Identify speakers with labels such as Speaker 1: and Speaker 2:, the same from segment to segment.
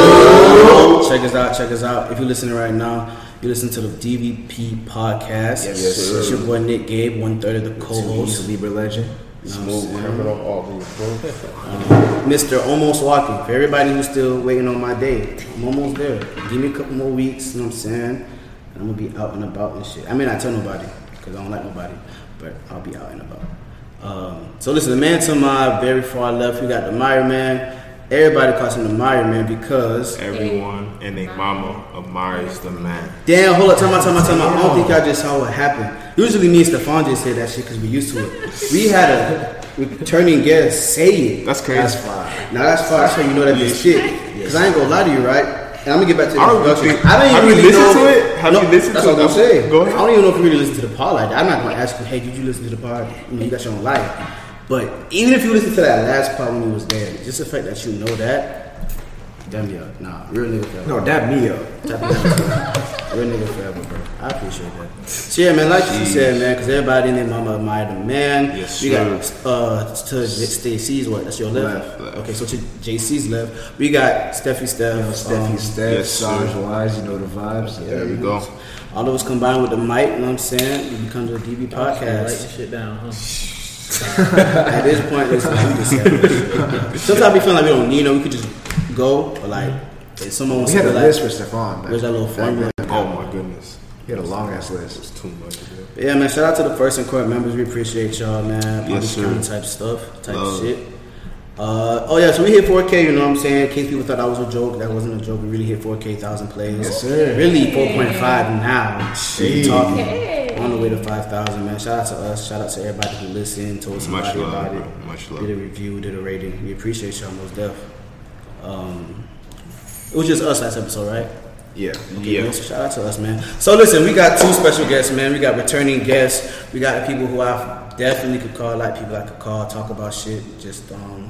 Speaker 1: Yo! Check us out, check us out. If you're listening right now, you listen to the DVP podcast.
Speaker 2: Yes, sir.
Speaker 1: It's your boy Nick Gabe, one third of the Um, co host.
Speaker 2: Libra legend. Smooth criminal, all these things.
Speaker 1: Mr. Almost Walking. For everybody who's still waiting on my day, I'm almost there. Give me a couple more weeks, you know what I'm saying? And I'm gonna be out and about and shit. I may not tell nobody, because I don't like nobody, but I'll be out and about. Um, so listen, the man to my very far left, we got the Meyer man. Everybody calls him the Meyer man because
Speaker 3: Everyone and their mama admires the man.
Speaker 1: Damn, hold up, time out, time out, time out. I don't think y'all just saw what happened. Usually me and Stefan just say that shit because we used to it. We had a returning guest say it.
Speaker 3: That's crazy.
Speaker 2: That's fine.
Speaker 1: Now that's far. That's how you know that this shit. Because I ain't gonna lie to you, right? And I'm gonna get back to the
Speaker 3: I don't
Speaker 1: introduction.
Speaker 3: think-
Speaker 1: I don't even
Speaker 3: have you
Speaker 1: really
Speaker 3: listened
Speaker 1: know-
Speaker 3: to it? Have
Speaker 1: no,
Speaker 3: you listened
Speaker 1: that's
Speaker 3: to
Speaker 1: what
Speaker 3: it?
Speaker 1: I'm saying.
Speaker 3: Go ahead.
Speaker 1: I don't even know if you really listen to the pod like that. I'm not gonna ask you, hey, did you listen to the pod? I mean, you got your own life. But even if you listen to that last pod when we was there, just the fact that you know that, damn yeah, nah, real nigga. forever.
Speaker 2: No, that me up.
Speaker 1: Tap it down. Real nigga forever, bro. I appreciate that. So yeah, man, like you said, man, because everybody in their mama admire the man.
Speaker 3: Yes,
Speaker 1: we got
Speaker 3: sir.
Speaker 1: uh to Stacy's what? That's your left.
Speaker 2: Left, left.
Speaker 1: Okay, so to JC's left, we got Steffi Steph.
Speaker 2: Steffi
Speaker 1: um,
Speaker 2: Steph,
Speaker 3: yes,
Speaker 2: Sarge
Speaker 3: sir.
Speaker 2: Wise, you know the vibes.
Speaker 3: There we go.
Speaker 1: All of us combined with the mic, you know what I'm saying? We become the DB podcast.
Speaker 4: shit down, huh?
Speaker 1: At this point, it's like, we just said- sometimes we feel like we don't need them. We could just go, but like if someone
Speaker 2: We
Speaker 1: wants to
Speaker 2: had a
Speaker 1: be
Speaker 2: list
Speaker 1: like,
Speaker 2: for Stefan. back-
Speaker 1: where's that little
Speaker 2: back
Speaker 1: formula?
Speaker 2: then.
Speaker 3: Oh my goodness.
Speaker 2: He had a long ass list.
Speaker 3: It's too much. Bro.
Speaker 1: Yeah, man. Shout out to the first and court members. We appreciate y'all, man. All
Speaker 3: Yes,
Speaker 1: this
Speaker 3: sir.
Speaker 1: kind of type stuff, type
Speaker 3: Love.
Speaker 1: shit. Uh, oh yeah, so we hit 4K. You know what I'm saying? In case people thought that was a joke, that wasn't a joke. We really hit 4K, thousand plays.
Speaker 2: Yes, sir.
Speaker 1: Really 4.5 now. Shit,
Speaker 2: Jeez.
Speaker 1: talking
Speaker 4: Hey.
Speaker 1: on the way to 5,000, man. Shout out to us. Shout out to everybody who listened, told
Speaker 3: Much
Speaker 1: somebody
Speaker 3: love,
Speaker 1: about it,
Speaker 3: bro. Much
Speaker 1: did a
Speaker 3: love.
Speaker 1: review, did a rating. We appreciate y'all most def. Um, it was just us last episode, right?
Speaker 2: Yeah.
Speaker 1: Yeah.
Speaker 3: Yeah.
Speaker 1: shout out to us, man. So listen, we got two special guests, man. We got returning guests. We got people who I definitely could call, like people I could call, talk about shit. Just um,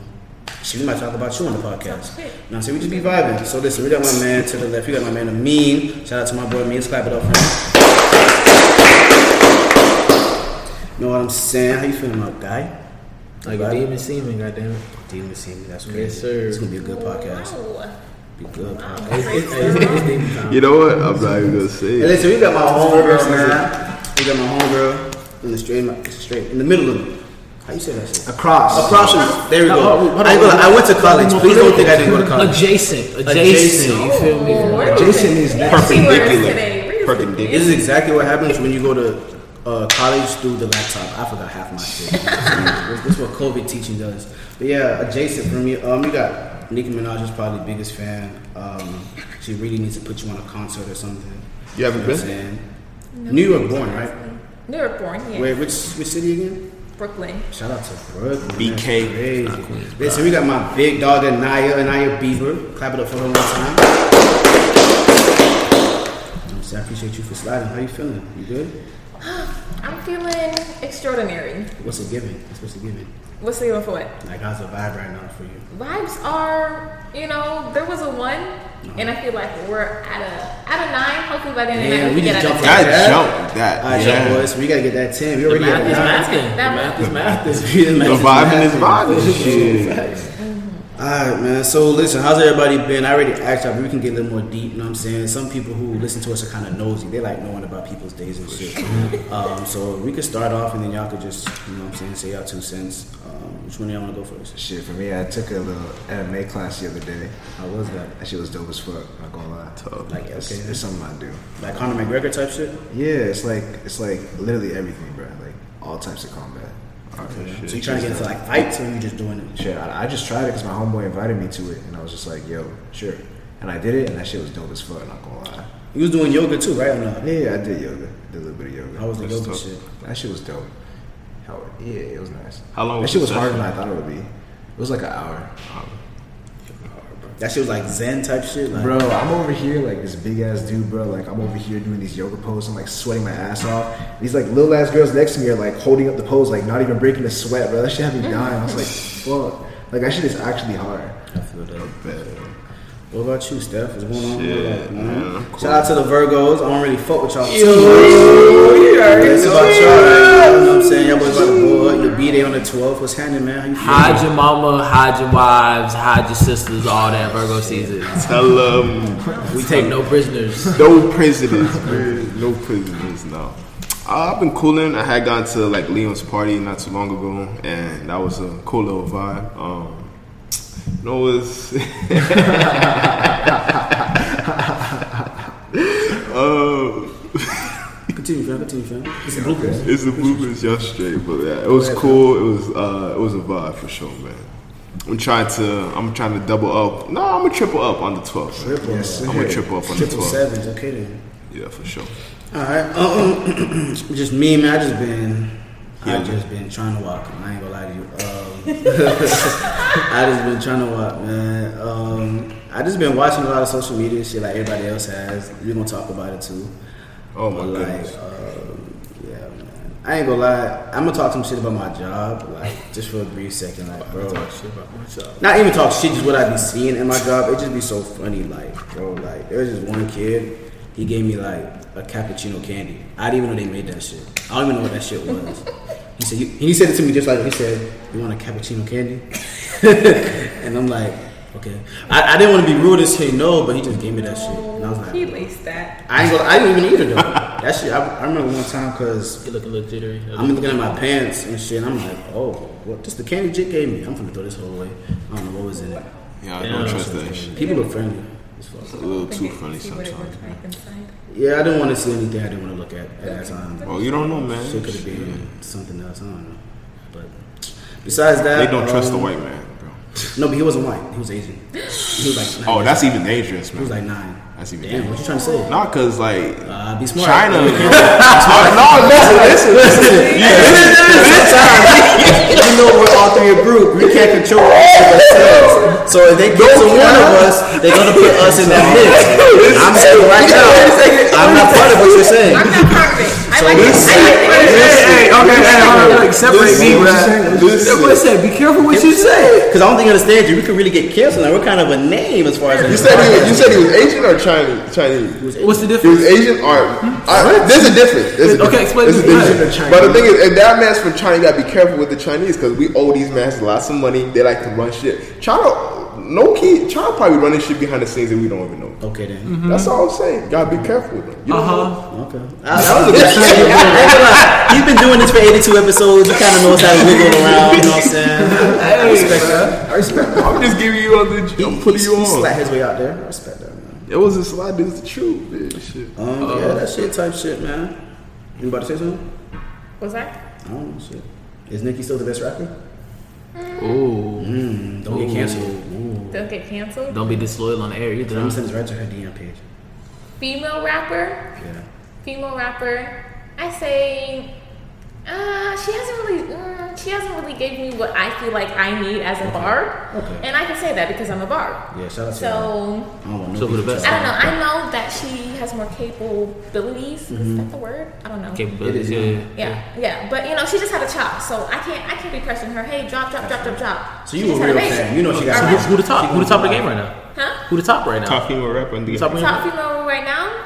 Speaker 1: shit, we might talk about you on the podcast. You know what I'm saying? We just be vibing. So listen, we got my man to the left. We got my man Amin. Shout out to my boy Amin. Let's clap it up for him. You know what I'm saying? How you feeling, my guy?
Speaker 4: Like a
Speaker 1: Right?
Speaker 4: demon semen, goddamn it.
Speaker 1: Demon Seaman, That's crazy.
Speaker 4: Yes, sir.
Speaker 1: It's gonna be a good podcast. Be a good podcast.
Speaker 4: It's, it's, it's, it's demon time.
Speaker 3: You know what? I'm not even gonna say
Speaker 1: Hey,
Speaker 3: it.
Speaker 1: listen, we got my homegirl, man. We got my homegirl in the straight, straight in the middle of me. How you say that shit?
Speaker 2: Across.
Speaker 1: Across from There we
Speaker 4: No, hold
Speaker 1: go.
Speaker 4: on, hold on.
Speaker 1: I, ain't gonna, I went to college. Please don't think I didn't go to college.
Speaker 4: Adjacent, adjacent.
Speaker 1: Adjacent.
Speaker 4: You feel me?
Speaker 2: Jason needs that.
Speaker 3: Perpendicular.
Speaker 1: This
Speaker 3: Perpendicular.
Speaker 1: is exactly what happens when you go to uh, college through the laptop. I forgot half my shit. this this is what COVID teaching does. But yeah, adjacent for me. Um, we got Nicki Minaj is probably the biggest fan. Um, she really needs to put you on a concert or something.
Speaker 3: You haven't
Speaker 1: know what I'm
Speaker 3: been?
Speaker 1: saying? New York born, right?
Speaker 5: They were born, yeah.
Speaker 1: Wait, which which city again?
Speaker 5: Brooklyn.
Speaker 1: Shout out to Brooklyn.
Speaker 3: BK.
Speaker 1: That's Crazy. Listen, we got my big dog, Anaya, Anaya Beaver. Clap it up for her one time. I'm saying, I appreciate you for sliding. How you feeling? You good?
Speaker 5: I'm feeling extraordinary.
Speaker 1: What's it giving? It's supposed to give it.
Speaker 5: What's the one for what?
Speaker 1: Like, how's the vibe right now for you?
Speaker 5: Vibes are, you know, there was a one, and I feel like we're at a at a nine. Hopefully by the end of the
Speaker 1: Man,
Speaker 5: night,
Speaker 1: we
Speaker 5: can
Speaker 1: just
Speaker 5: get
Speaker 1: jumped
Speaker 5: at
Speaker 1: right
Speaker 3: That
Speaker 1: Yeah.
Speaker 3: jump.
Speaker 1: All right,
Speaker 3: That.
Speaker 1: y'all
Speaker 3: Yeah.
Speaker 1: boys, we gotta get that 10. We
Speaker 4: The
Speaker 1: already
Speaker 4: math
Speaker 1: at
Speaker 4: is
Speaker 1: nine.
Speaker 4: mathing. The math is mathing.
Speaker 1: The
Speaker 3: The vibing is vibing. Shit.
Speaker 1: Alright man, so listen, how's everybody been? I already asked y'all, but we can get a little more deep, you know what I'm saying? Some people who listen to us are kind of nosy. They like knowing about people's days and shit. um, so we could start off and then y'all could just, you know what I'm saying, say y'all two cents. Um, which one do y'all want to go first?
Speaker 2: Shit, for me, I took a little anime class the other day.
Speaker 1: How was that?
Speaker 2: That shit was dope as fuck. Not gonna lie.
Speaker 3: Tough.
Speaker 2: Like, it's,
Speaker 1: Okay.
Speaker 2: it's something I do.
Speaker 1: Like Conor McGregor type shit?
Speaker 2: Yeah, it's like it's like literally everything, bro. Like all types of combat.
Speaker 1: So you trying to get into like fights or you just doing it?
Speaker 2: Shit, I, I just tried it because my homeboy invited me to it, and I was just like, yo, sure. And I did it, and that shit was dope as fuck. Not gonna lie.
Speaker 1: You was doing yoga too, right? Or no?
Speaker 2: Yeah, I did yoga. Did a little bit of yoga.
Speaker 1: How was the
Speaker 3: That's
Speaker 1: yoga
Speaker 3: tough.
Speaker 1: shit?
Speaker 2: That shit was dope. Hell, yeah, it was nice.
Speaker 3: How long
Speaker 2: That
Speaker 3: was the
Speaker 2: shit was harder
Speaker 3: session?
Speaker 2: than I thought it would be. It was like an hour.
Speaker 1: That shit was like Zen type shit? Like,
Speaker 2: Bro, I'm over here like this big ass dude, bro. Like I'm over here doing these yoga poses. I'm like sweating my ass off. These like little ass girls next to me are like holding up the pose, like not even breaking a sweat, bro. That
Speaker 4: Mm.
Speaker 2: shit had me dying. I was like, fuck. Like that shit is actually hard.
Speaker 1: I feel that.
Speaker 3: Bad.
Speaker 1: But What about you, Steph? What's going on? in your
Speaker 3: Shit,
Speaker 1: life, man?
Speaker 3: man,
Speaker 1: Shout out to the Virgos. I don't really fuck with y'all.
Speaker 4: Yo,
Speaker 1: you It's about y'all. You know what I'm saying? Y'all boys about to blow up. Your B day on the 12th. What's happening, man? How you
Speaker 4: Hide your mama, hide your wives, hide your sisters, all that Virgo season.
Speaker 3: Tell um,
Speaker 4: We take no prisoners.
Speaker 3: no prisoners, man. No prisoners, no. Uh, I've been cooling. I had gone to like Leon's party not too long ago, and that was a cool little vibe. Um, you know, it was. um,
Speaker 1: feeling? Continue, fam. Continue, fam. It's a bloopers.
Speaker 3: It's the bloopers, y'all straight, but yeah, it was cool. It was uh, it was a vibe for sure, man. I'm trying to I'm trying to double up. No, I'm gonna triple up on the 12th. man.
Speaker 2: Yes,
Speaker 3: I'm gonna
Speaker 2: sir.
Speaker 3: triple up on
Speaker 1: Triple
Speaker 3: the 12th.
Speaker 1: sevens. Okay, then.
Speaker 3: Yeah, for sure.
Speaker 1: All right. Um, just me, man. I just been, I
Speaker 3: Yeah.
Speaker 1: just been trying to walk. I ain't gonna lie to you. Um, I just been trying to walk, man. Um, I just been watching a lot of social media shit, like everybody else has. We're gonna talk about it too.
Speaker 3: Oh my
Speaker 1: But,
Speaker 3: goodness.
Speaker 1: Like, um, yeah, man. I ain't gonna lie. I'm gonna talk some shit about my job, like just for a brief second, like, bro. Not even talk shit, just what I be seeing in my job. It just be so funny, like, bro, like there was just one kid. He gave me like a cappuccino candy. I didn't even know they made that shit. I don't even know what that shit was. He said, you, he said it to me just like he said, "You want a cappuccino candy?" and I'm like, okay. I, I didn't want to be rude and say no, but he just gave me that shit, and I was like,
Speaker 5: He laced that.
Speaker 1: I ain't gonna, I didn't even eat it though. That shit, I, I remember one time because
Speaker 4: You looking a little jittery.
Speaker 1: I'm looking at my pants and shit, and I'm like, oh, what? This the candy Jit gave me. I'm gonna throw this whole away. I don't know what was in it.
Speaker 3: yeah, I don't
Speaker 4: Yeah.
Speaker 3: trust that shit.
Speaker 1: People look friendly. as fuck.
Speaker 3: A little too
Speaker 5: Like,
Speaker 3: funny
Speaker 5: see what it
Speaker 3: sometimes.
Speaker 5: looked like inside.
Speaker 1: Yeah, I didn't want to see anything I didn't want to look at at that time.
Speaker 3: Well, Oh, you don't know, man.
Speaker 1: Shit could have
Speaker 3: Shit.
Speaker 1: been something else. I don't know. But besides that,
Speaker 3: They don't trust the
Speaker 1: um,
Speaker 3: white man, bro.
Speaker 1: No, but he wasn't white. He was Asian. He was like,
Speaker 3: Oh, that's even dangerous,
Speaker 1: He was like
Speaker 3: man.
Speaker 1: nine.
Speaker 3: That's even
Speaker 1: Damn, what
Speaker 3: dangerous.
Speaker 1: you trying to say?
Speaker 3: Not cause like
Speaker 1: Uh, be smart.
Speaker 3: China. no, listen, listen, listen. You-
Speaker 1: even though we're all three a group, we can't control all of ourselves. So if they get to one of us, they're gonna put us in that mix. I'm saying right now, I'm not part of what you're saying.
Speaker 5: I'm not part of it. I like
Speaker 1: this-
Speaker 5: it.
Speaker 3: Hey, okay, hey, hold on.
Speaker 4: Separate me,
Speaker 3: Listen, listen.
Speaker 4: be careful what you say.
Speaker 1: Because I don't think I understand you. We could really get canceled. Now we're kind of a name as far as
Speaker 3: You said he, you said he was Asian or Chinese? Chinese.
Speaker 4: What's the
Speaker 3: He was
Speaker 4: difference?
Speaker 3: Asian or I, there's a difference. There's a difference.
Speaker 4: Okay, explain
Speaker 3: There's a
Speaker 4: to me.
Speaker 3: difference.
Speaker 2: Asian or
Speaker 3: But the
Speaker 2: Chinese.
Speaker 3: thing is, if that man's from China, you gotta be careful with the Chinese because we owe these mans lots of money. They like to run shit. China, no key. China probably running shit behind the scenes that we don't even know.
Speaker 1: Okay then.
Speaker 3: That's all I'm saying. Gotta be careful with them. You
Speaker 4: Uh
Speaker 3: don't know.
Speaker 4: huh.
Speaker 1: Okay. Uh, that was a good
Speaker 3: Yeah.
Speaker 1: shit. You've been doing this for 82 episodes. You kind of knows how to wiggle around. You know what I'm saying? I respect that. I respect that.
Speaker 3: I'm just giving you all the. I'm putting you
Speaker 1: He slapped
Speaker 3: on.
Speaker 1: his way out there. I respect that, man.
Speaker 3: It was a slide. It's the truth, man. Shit.
Speaker 1: Um, yeah, that shit type shit, man. You about to say something?
Speaker 5: Was that?
Speaker 1: I don't know shit. Is Nicki still the best rapper?
Speaker 4: Ooh.
Speaker 1: Mm, don't get
Speaker 4: Ooh.
Speaker 1: canceled.
Speaker 5: Don't get canceled.
Speaker 4: Don't be disloyal on the air
Speaker 1: I'm gonna
Speaker 4: either.
Speaker 1: send this right to her DM page.
Speaker 5: Female rapper.
Speaker 1: Yeah.
Speaker 5: female rapper. I say, uh, she hasn't really, mm, she hasn't really gave me what I feel like I need as a barb,
Speaker 1: Okay.
Speaker 5: and I can say that because I'm a barb.
Speaker 1: Yeah, shout out to her.
Speaker 5: So
Speaker 1: I don't want no
Speaker 4: So we're the
Speaker 1: beef with
Speaker 4: best.
Speaker 5: I
Speaker 1: y'all.
Speaker 5: don't know. I know that she has more capabilities.
Speaker 1: Mm-hmm.
Speaker 5: Is that the word? I don't know.
Speaker 4: Capabilities,
Speaker 1: It
Speaker 4: yeah.
Speaker 1: is.
Speaker 4: yeah.
Speaker 5: yeah, yeah, but you know, she just had a chop, so I can't, I can't be pressing her. Hey, drop, drop, drop, drop, drop.
Speaker 1: So
Speaker 5: She
Speaker 1: you a
Speaker 5: just had
Speaker 1: real
Speaker 5: baby.
Speaker 1: fan. You know she got
Speaker 4: Who,
Speaker 1: some
Speaker 4: who the top? Who the top of the game right now?
Speaker 5: Huh?
Speaker 4: Who the top right now?
Speaker 3: female rapper in the
Speaker 4: Top
Speaker 5: Top
Speaker 4: right
Speaker 5: female right now.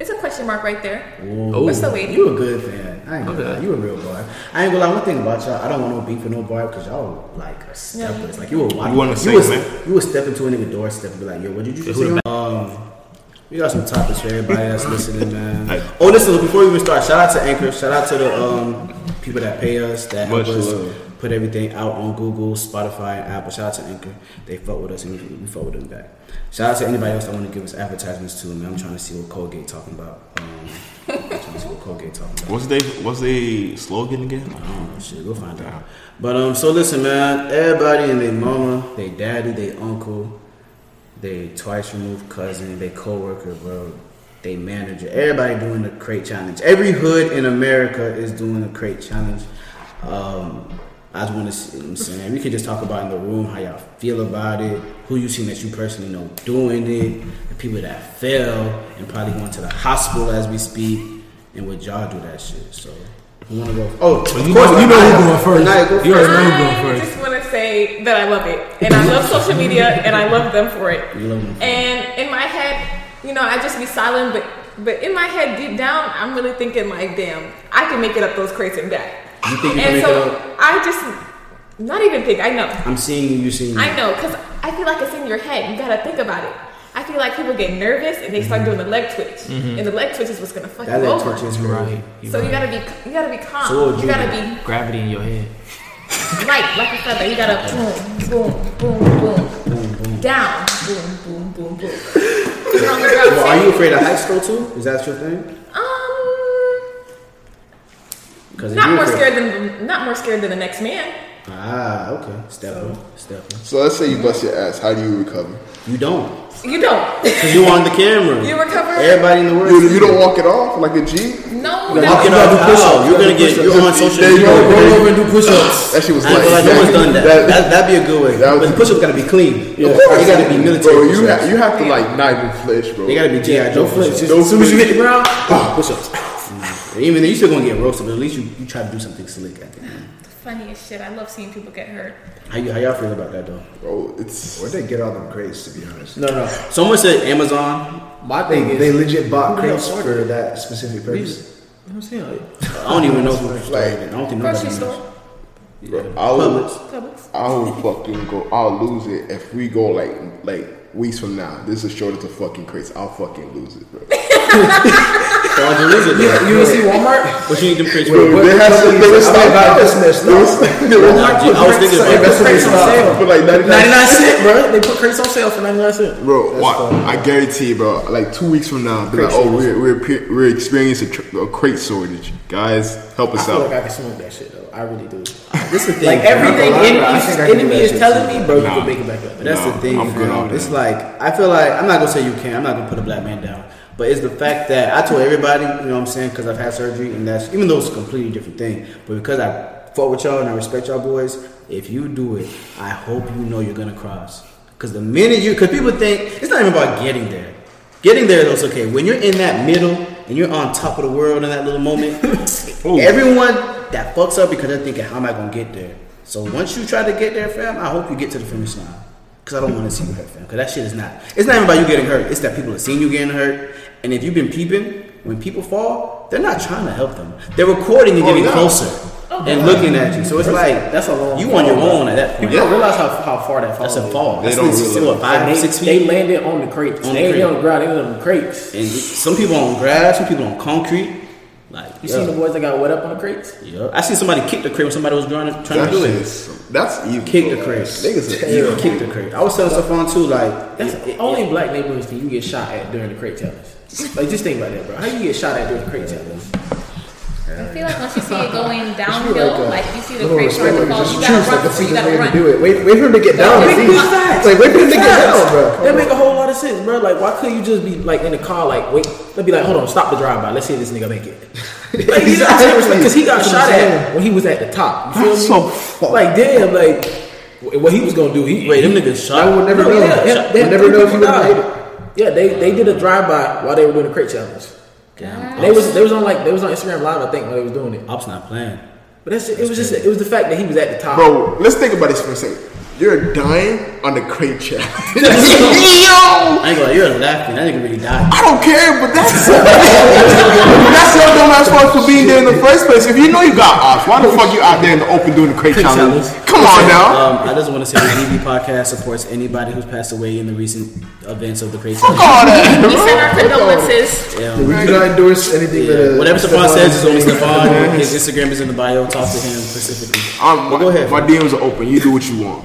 Speaker 5: It's a question mark right there.
Speaker 1: Ooh.
Speaker 4: Ooh.
Speaker 5: We're still waiting.
Speaker 1: You a good fan. I ain't gonna
Speaker 4: Okay.
Speaker 1: lie. You a real boy. I ain't gonna lie. One thing about y'all, I don't want no beef with no boy because y'all like are steppers. Like you were
Speaker 3: You wanna
Speaker 1: you
Speaker 3: sing,
Speaker 1: was,
Speaker 3: man?
Speaker 1: You would step into a nigga doorstep and be like, "Yo, what did you just
Speaker 4: who
Speaker 1: say?" Um, we got some topics for everybody that's listening, man.
Speaker 3: Hey.
Speaker 1: Oh, listen. look, Before we even start, shout out to Anchor. Shout out to the um, people that pay us that help
Speaker 3: Much
Speaker 1: us
Speaker 3: love.
Speaker 1: put everything out on Google, Spotify, and Apple. Shout out to Anchor. They fuck with us and we- we fuck with them back. Shout out to anybody else that want to give us advertisements too, man. I'm trying to see what Colgate talking about. Um, I'm trying to see what Colgate talking about.
Speaker 3: What's they What's they slogan again?
Speaker 1: I don't know, Oh, shit. Go find out. But um, so listen, man. Everybody and their mama, they daddy, they uncle, they twice removed cousin, they coworker, bro, they manager. Everybody doing the crate challenge. Every hood in America is doing the crate challenge. Um, I just want to see. I'm saying we could just talk about in the room how y'all feel about it, who you seen that you personally know doing it, the people that fell and probably going to the hospital as we speak, and would y'all do that shit? So. Who wanna go? Oh,
Speaker 4: you know- you know who going first.
Speaker 1: Nah, go
Speaker 4: You already
Speaker 1: first.
Speaker 4: know. Let me go
Speaker 5: I
Speaker 4: first.
Speaker 5: just want to say that I love it, and I love social media, and I love them for it.
Speaker 1: You love them for it.
Speaker 5: And in my head, you know, I just be silent, but but in my head, deep down, I'm really thinking like, damn, I can make it up those crates and back.
Speaker 1: You think you can
Speaker 5: and
Speaker 1: make
Speaker 5: so
Speaker 1: it up?
Speaker 5: I just not even think. I know.
Speaker 1: I'm seeing you, you seeing me.
Speaker 5: I know, because I feel like it's in your head. You gotta think about it. I feel like people get nervous and they start doing the leg twitch, and the leg twitch is what's gonna fuck
Speaker 1: Mm-hmm. That
Speaker 5: you
Speaker 1: leg
Speaker 5: over.
Speaker 1: twitch is
Speaker 4: You're
Speaker 1: right.
Speaker 4: right. You're
Speaker 5: So you
Speaker 4: right.
Speaker 5: gotta be, you gotta be calm.
Speaker 1: So what would
Speaker 5: you,
Speaker 1: you
Speaker 5: gotta
Speaker 1: do?
Speaker 5: be
Speaker 4: gravity in your head.
Speaker 5: light, like a feather. You gotta boom, boom, boom, boom, down, boom, boom, boom, boom. You're on the ground.
Speaker 1: Well, are you afraid of heights though too? Is that your thing?
Speaker 5: Um,
Speaker 1: Because
Speaker 5: not more scared than, not more scared than the next man.
Speaker 1: Ah, okay. Step up, step up.
Speaker 3: So let's say you bust your ass. How do you recover?
Speaker 1: You don't,
Speaker 5: You don't.
Speaker 1: cause you on the camera.
Speaker 5: You recover.
Speaker 1: Everybody in the world.
Speaker 3: You,
Speaker 1: sees
Speaker 3: you don't
Speaker 1: it.
Speaker 3: walk it off like a G.
Speaker 5: No,
Speaker 1: You're
Speaker 5: no.
Speaker 1: walking off
Speaker 2: gotta do push-ups.
Speaker 1: how?
Speaker 2: You
Speaker 1: You're
Speaker 2: gotta
Speaker 1: gonna
Speaker 2: do
Speaker 1: get.
Speaker 2: push-ups.
Speaker 1: You're on social
Speaker 3: There you
Speaker 1: media.
Speaker 3: go.
Speaker 1: You're
Speaker 3: Roll
Speaker 1: gonna-
Speaker 3: over
Speaker 2: and do push-ups.
Speaker 3: That shit was
Speaker 1: I feel like
Speaker 3: like
Speaker 1: no one's done that.
Speaker 3: That-
Speaker 1: That, that, would be a good way.
Speaker 3: That
Speaker 1: but
Speaker 3: was-
Speaker 1: the push-ups gotta be clean. Yeah,
Speaker 3: course.
Speaker 1: they gotta be military.
Speaker 3: Bro, you
Speaker 1: push-ups.
Speaker 3: ha- you have to like not even flinch, bro.
Speaker 1: they gotta be GI Joe push-ups.
Speaker 3: Don't
Speaker 2: As soon as you hit the ground,
Speaker 1: push-ups. Mm. Even then, you still gonna get roasted, but at least you, you try to do something slick. I think.
Speaker 5: Funniest shit. I love seeing people get hurt.
Speaker 1: How, you, how y'all feel about that though?
Speaker 3: bro. It's
Speaker 2: Where'd they get all them crates, to be honest?
Speaker 4: No, no.
Speaker 1: Someone said Amazon.
Speaker 4: My
Speaker 2: They,
Speaker 4: thing is,
Speaker 2: they legit bought
Speaker 4: Who the
Speaker 2: crates
Speaker 4: fuck
Speaker 2: for that specific purpose.
Speaker 4: I'm saying, like,
Speaker 1: I don't even know who started it. I don't think nobody
Speaker 5: Grocery
Speaker 1: knows.
Speaker 5: store,
Speaker 3: bro, I'll
Speaker 1: Publix.
Speaker 5: Publix.
Speaker 3: I'll fucking go. I'll lose it if we go like like weeks from now. This is shortage of fucking crates. I'll fucking lose it, bro.
Speaker 1: So I can lose it.
Speaker 2: You
Speaker 1: though.
Speaker 2: didn't see Walmart?
Speaker 1: But you need to preach.
Speaker 3: Bro,
Speaker 2: but
Speaker 3: they
Speaker 2: the
Speaker 3: had some.
Speaker 2: companies-
Speaker 3: They were
Speaker 2: I'm not
Speaker 4: Oh,
Speaker 3: stocked
Speaker 2: about
Speaker 3: up.
Speaker 2: this mess,
Speaker 3: They
Speaker 2: no.
Speaker 3: were stocked- they were stocked
Speaker 1: I was thinking about it.
Speaker 2: That's the crates on sale.
Speaker 3: up for like ninety nine.
Speaker 4: 99 cent, bro. They put crates on sale for 99 cent.
Speaker 3: Bro,
Speaker 2: That's
Speaker 3: watch,
Speaker 2: funny.
Speaker 3: I guarantee, you, bro. Like two weeks from now, be like, oh, we're we're pe- we're experiencing a, tr- a crate shortage. Guys, help
Speaker 4: I
Speaker 3: us
Speaker 4: feel
Speaker 3: out.
Speaker 4: like I can smoke that shit though. I really do.
Speaker 1: This is the thing.
Speaker 4: Like everything
Speaker 2: gonna lie, bro. I think I can do
Speaker 4: enemy, enemy
Speaker 2: that
Speaker 4: is
Speaker 2: shit
Speaker 4: telling me, bro,
Speaker 3: Nah.
Speaker 4: you can make it back up.
Speaker 1: But that's
Speaker 3: Nah,
Speaker 1: the thing.
Speaker 3: I'm good
Speaker 1: fam.
Speaker 3: on that.
Speaker 1: It's like I feel like I'm not gonna say you can. I'm not gonna put a black man down. But it's the fact that I told everybody, you know what I'm saying, because I've had surgery, and that's even though it's a completely different thing. But because I fought with y'all and I respect y'all boys, if you do it, I hope you know you're gonna cross. Because the minute you, because people think it's not even about getting there. Getting there is okay. When you're in that middle and you're on top of the world in that little moment,
Speaker 3: Ooh.
Speaker 1: everyone that fucks up because they're thinking, how am I gonna get there? So once you try to get there, fam, I hope you get to the finish line. Cause I don't want to see you hurt, fam. Cause that shit is not. It's not even about you getting hurt. It's that people are seeing you getting hurt. And if you've been peeping, when people fall, they're not trying to help them. They're recording you
Speaker 3: Oh,
Speaker 1: getting
Speaker 3: yeah.
Speaker 1: closer and looking at you. So it's like
Speaker 4: That's a long
Speaker 1: You on your
Speaker 4: fall,
Speaker 1: own at that point.
Speaker 4: People don't realize how, how far that fall
Speaker 1: That's a
Speaker 4: is.
Speaker 1: fall.
Speaker 3: They
Speaker 1: That's
Speaker 3: don't
Speaker 1: at least,
Speaker 3: realize.
Speaker 1: what, five,
Speaker 4: And they,
Speaker 1: six feet.
Speaker 4: they landed on the crates.
Speaker 1: On the
Speaker 4: they ain't
Speaker 1: crate.
Speaker 4: on the ground. They was on the crates.
Speaker 1: And some people on grass, some people on concrete. Like
Speaker 4: You
Speaker 1: yeah.
Speaker 4: seen the boys that got wet up on the crates?
Speaker 1: Yeah. I seen somebody kick the crate when somebody was trying to, trying
Speaker 3: That
Speaker 1: to do
Speaker 3: shit
Speaker 1: it.
Speaker 3: is- That's evil.
Speaker 1: Kick
Speaker 3: bro.
Speaker 1: the crate.
Speaker 3: Niggas are
Speaker 1: You
Speaker 3: evil.
Speaker 1: kick the crate. I was telling Stephon too, like
Speaker 4: That's
Speaker 1: it-
Speaker 4: the
Speaker 1: it-
Speaker 4: only black neighborhoods that you get shot at during the crate challenge. Like just think about that, bro. How you get shot at during the crate challenge?
Speaker 5: I feel like once you see it going
Speaker 2: Should be
Speaker 5: downhill,
Speaker 2: uh,
Speaker 5: like, you see the
Speaker 2: little
Speaker 5: crate
Speaker 2: respect,
Speaker 5: start to
Speaker 2: like,
Speaker 5: fall,
Speaker 2: just
Speaker 5: you
Speaker 2: choose,
Speaker 5: gotta
Speaker 2: like,
Speaker 5: run.
Speaker 2: the
Speaker 5: So you
Speaker 2: simplest
Speaker 5: gotta
Speaker 2: way to
Speaker 5: run.
Speaker 2: do it. Wait, wait for him to get down.
Speaker 4: That
Speaker 2: at
Speaker 4: make
Speaker 2: least.
Speaker 4: sense.
Speaker 2: Like, wait for him to get
Speaker 4: Facts.
Speaker 2: down, bro.
Speaker 4: That make a whole lot of sense, bro. Like, why couldn't you just be like in the car, like, wait, let be like, hold on, stop the drive by, let's see if this nigga make it. Like, you know what I'm saying? Because he got
Speaker 2: That's what
Speaker 4: shot
Speaker 2: I'm
Speaker 4: at
Speaker 2: saying.
Speaker 4: when he was at the top. You feel
Speaker 3: That's
Speaker 4: me?
Speaker 3: so fucked.
Speaker 4: Like, damn, like, wh- what he was gonna do? He
Speaker 1: wait, them niggas shot.
Speaker 2: I would never
Speaker 4: No,
Speaker 2: know.
Speaker 4: yeah, yeah,
Speaker 2: We'll
Speaker 4: they had
Speaker 2: never
Speaker 4: three
Speaker 2: know if
Speaker 4: people
Speaker 2: he would've
Speaker 4: died.
Speaker 2: made it.
Speaker 4: Yeah, they they did a drive by while they were doing the crate challenge.
Speaker 1: Damn,
Speaker 4: They was they was on like they was on Instagram Live, I think, while they was doing it.
Speaker 1: Ops not playing.
Speaker 4: But that's it was just it was the fact that he was at the top.
Speaker 3: Bro, let's think about this for a second. You're dying on the crate challenge. Yo,
Speaker 1: I ain't gonna. lie, You're laughing. That nigga really died.
Speaker 3: I don't care, but that's that's your dumbass fault for being there in the first place. If you know you got ops, why the fuck you out there in the open doing the crate
Speaker 1: Crate
Speaker 3: challenge?
Speaker 1: challenge.
Speaker 3: Come on now.
Speaker 1: Um, I just want to say the DB podcast supports anybody who's passed away in the recent events of the crazy.
Speaker 3: Fuck all that.
Speaker 5: We send our condolences.
Speaker 1: Yeah.
Speaker 2: We do not endorse anything that. uh,
Speaker 1: Whatever Stephon
Speaker 2: Stephon
Speaker 1: says is only
Speaker 2: saying.
Speaker 1: Stephon. His Instagram is in the bio. Talk to him specifically.
Speaker 3: Um,
Speaker 1: But
Speaker 3: my,
Speaker 1: go ahead.
Speaker 3: my DMs are open. You do what you want.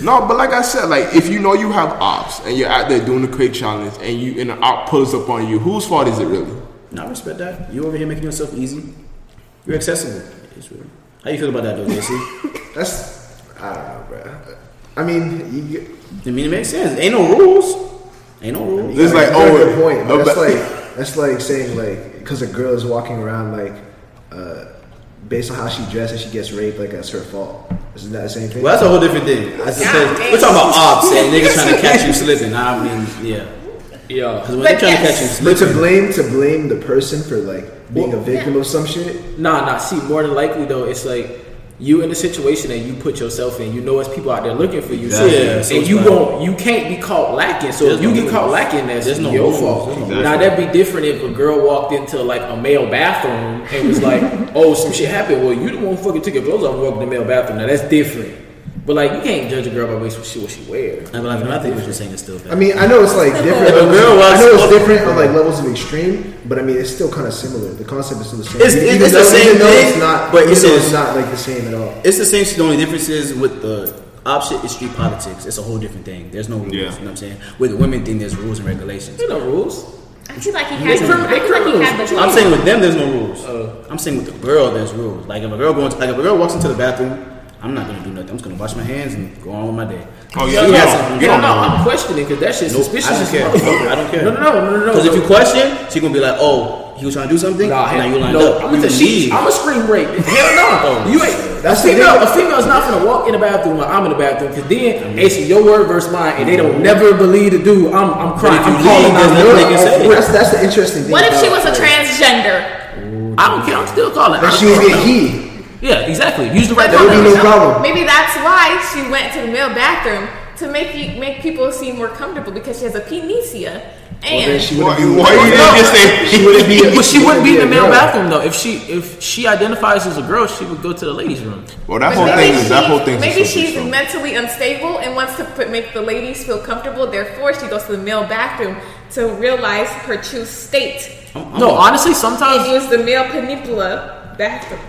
Speaker 3: No, but like I said, like if you know you have ops and you're out there doing the crate challenge and you and the op pulls up on you, whose fault is it really?
Speaker 1: No, I respect that. You over here making yourself easy. You're accessible. It's real. How you feel about that though, JC?
Speaker 2: That's I don't know, bro. I mean, you, get-
Speaker 1: I mean, it makes sense. Ain't no rules. Ain't no rules.
Speaker 3: This is like
Speaker 2: that's a
Speaker 3: oh,
Speaker 2: good point. but
Speaker 3: a
Speaker 2: That's
Speaker 3: ba-
Speaker 2: like that's like saying like because a girl is walking around like uh, based on how she dresses, she gets raped. Like that's her fault. Isn't that the same thing?
Speaker 1: Well, that's a whole different thing. That's the same- we're talking about ops and niggas trying to catch you slipping. I mean, yeah.
Speaker 4: yeah.
Speaker 1: Because when
Speaker 5: But
Speaker 1: they're trying to
Speaker 5: yes.
Speaker 1: catch you
Speaker 2: But to
Speaker 1: slipping,
Speaker 2: blame to blame the person for like being a victim of some shit.
Speaker 4: Nah, nah. See, more than likely though, it's like you in the situation that you put yourself in. You know, it's people out there looking for you.
Speaker 3: Exactly.
Speaker 4: So-
Speaker 3: Yeah,
Speaker 1: so
Speaker 4: and
Speaker 1: it's
Speaker 4: you
Speaker 1: like-
Speaker 4: won't, you can't be caught lacking. So
Speaker 6: There's
Speaker 4: if you
Speaker 6: no
Speaker 4: get caught
Speaker 6: rules.
Speaker 4: lacking, that's
Speaker 6: There's no
Speaker 4: your
Speaker 6: rules.
Speaker 4: fault.
Speaker 6: There's
Speaker 3: no
Speaker 4: Now
Speaker 3: rules.
Speaker 4: that'd be different if a girl walked into like a male bathroom and was like, "Oh, some shit happened." Well, you the one who fucking took your clothes off and walked in the male bathroom. Now that's different. But like, you can't judge a girl by what she what she wears.
Speaker 6: I mean, like, I think what you're saying is still bad.
Speaker 2: I mean, I know it's like different.
Speaker 6: The girl was-
Speaker 2: I know it's different on like levels of extreme, but I mean, it's still kind of similar. The concept is still the same.
Speaker 1: It's-
Speaker 2: Even
Speaker 1: it's the
Speaker 2: though-
Speaker 1: same
Speaker 2: even though
Speaker 1: thing,
Speaker 2: it's not,
Speaker 1: but
Speaker 2: even
Speaker 1: it's
Speaker 2: though
Speaker 1: a-
Speaker 2: it's not like the same at all.
Speaker 6: It's the same. The only difference is with the option is street politics. It's a whole different thing. There's no rules.
Speaker 3: Yeah.
Speaker 6: You know what I'm saying? With the women thing, there's rules and regulations.
Speaker 4: There's no rules.
Speaker 5: I feel like he
Speaker 4: They
Speaker 5: had. I feel
Speaker 4: criminal-
Speaker 5: like
Speaker 4: they
Speaker 5: he
Speaker 4: criminals.
Speaker 5: had the.
Speaker 6: I'm
Speaker 5: choice.
Speaker 6: saying with them, there's no rules.
Speaker 4: Oh.
Speaker 6: I'm saying with the girl, there's rules. Like if a girl goes, like if a girl walks into the bathroom, I'm not gonna do nothing. I'm just gonna wash my hands and go on with my day.
Speaker 3: Oh, yeah,
Speaker 6: She
Speaker 3: no.
Speaker 6: has something
Speaker 4: You
Speaker 6: wrong.
Speaker 4: don't know. I'm questioning because that shit's
Speaker 6: Nope,
Speaker 4: suspicious.
Speaker 6: I don't
Speaker 4: as
Speaker 6: care.
Speaker 4: fuck.
Speaker 6: Nope, I don't care.
Speaker 4: No, no, no, no, no.
Speaker 6: Because if
Speaker 4: no.
Speaker 6: you question, she gonna be like, "Oh, he was trying to do something."
Speaker 4: Nah,
Speaker 6: now
Speaker 4: hell,
Speaker 6: you lined
Speaker 4: no,
Speaker 6: up.
Speaker 4: I'm
Speaker 6: You
Speaker 4: gonna she,
Speaker 6: leave.
Speaker 4: I'm a scream rape. Hell no.
Speaker 6: Oh,
Speaker 4: you ain't.
Speaker 2: That's
Speaker 4: That's
Speaker 2: the
Speaker 4: female,
Speaker 2: thing.
Speaker 4: a female's not gonna walk in the bathroom when I'm in the bathroom because then it's your word versus mine, and they don't never believe the dude. I'm, I'm crying.
Speaker 6: if you
Speaker 4: I'm calling
Speaker 6: leave,
Speaker 4: out.
Speaker 6: there's
Speaker 2: No,
Speaker 6: nothing
Speaker 4: the
Speaker 6: they
Speaker 2: no,
Speaker 6: can
Speaker 4: nigga.
Speaker 6: say.
Speaker 2: no, that's that's the interesting thing.
Speaker 5: What if she
Speaker 2: about,
Speaker 5: was
Speaker 2: like,
Speaker 5: a transgender?
Speaker 4: I don't care. I'm still calling.
Speaker 2: That
Speaker 4: out.
Speaker 2: she would be a he.
Speaker 6: yeah, exactly. Use the right.
Speaker 2: There would be no
Speaker 5: Maybe-
Speaker 2: problem.
Speaker 5: Maybe that's why she went to the male bathroom to make you make people seem more comfortable because she has a penisia.
Speaker 2: Well, then
Speaker 5: And
Speaker 2: she
Speaker 3: Why,
Speaker 2: wouldn't
Speaker 3: why
Speaker 2: be.
Speaker 3: you didn't just say
Speaker 2: She wouldn't be. a-
Speaker 4: But she wouldn't be in the
Speaker 2: a
Speaker 4: male
Speaker 2: girl.
Speaker 4: bathroom though. If she if she identifies as a girl, she would go to the ladies' room.
Speaker 3: Well, that
Speaker 5: but
Speaker 3: whole thing
Speaker 5: maybe
Speaker 3: is that
Speaker 5: she-
Speaker 3: whole thing.
Speaker 5: Maybe she's mentally unstable and wants to put, make the ladies feel comfortable. Therefore, she goes to the male bathroom to realize her true state
Speaker 4: No, honestly, sometimes
Speaker 5: and use the male penipula bathroom.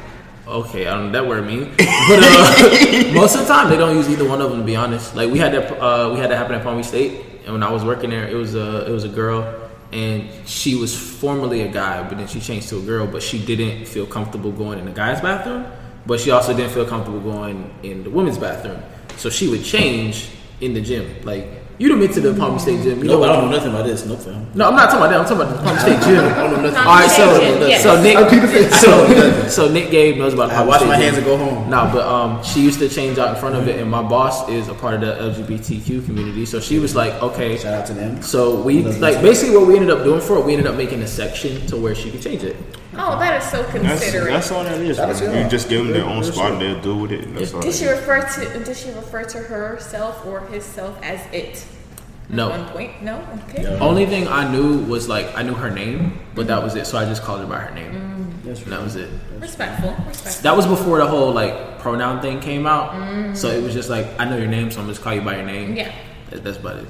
Speaker 4: Okay, I don't know that word mean, but uh, most of the time they don't use either one of them. To be honest, like we had that uh, we had that happen at Palm Beach State, and when I was working there, it was a it was a girl, and she was formerly a guy, but then she changed to a girl, but she didn't feel comfortable going in the guys' bathroom, but she also didn't feel comfortable going in the women's bathroom, so she would change in the gym. Like you done been to the Palm Beach State gym, you
Speaker 6: No,
Speaker 4: know
Speaker 6: I
Speaker 4: what?
Speaker 6: don't know nothing about this. No, fam.
Speaker 4: No, I'm not talking about that. I'm talking about the Palm Beach State gym.
Speaker 6: I don't know nothing.
Speaker 5: Palm
Speaker 4: All right,
Speaker 5: Beach
Speaker 4: so
Speaker 5: State gym, yes.
Speaker 4: so Nick,
Speaker 2: I keep it-
Speaker 4: so so Nick Gabe knows about.
Speaker 6: I
Speaker 4: Palm
Speaker 6: wash
Speaker 4: Beach
Speaker 6: my
Speaker 4: State
Speaker 6: hands
Speaker 4: gym.
Speaker 6: and go home.
Speaker 4: No, but um, she used to change out in front of it, and my boss is a part of the LGBTQ community, so she was like, okay.
Speaker 6: Shout out to them.
Speaker 4: So we like basically what we ended up doing for it, we ended up making a section to where she could change it.
Speaker 5: Oh, that is so
Speaker 3: That's,
Speaker 5: considerate.
Speaker 3: that's all that is.
Speaker 2: That's
Speaker 3: man.
Speaker 2: it.
Speaker 3: You just give them their own spot and they'll deal with it. and That's all.
Speaker 5: Did
Speaker 3: it
Speaker 5: she
Speaker 3: is.
Speaker 5: refer to did she refer to herself or himself as it?
Speaker 4: No.
Speaker 5: At one point? No? Okay.
Speaker 4: Only thing I knew was like I knew her name, but that was it. So I just called her by her name. And that was it.
Speaker 5: Respectful. Respectful.
Speaker 4: That was before the whole like pronoun thing came out. So it was just like I know your name, so I'm just call you by your name.
Speaker 5: Yeah.
Speaker 4: That- that's about it.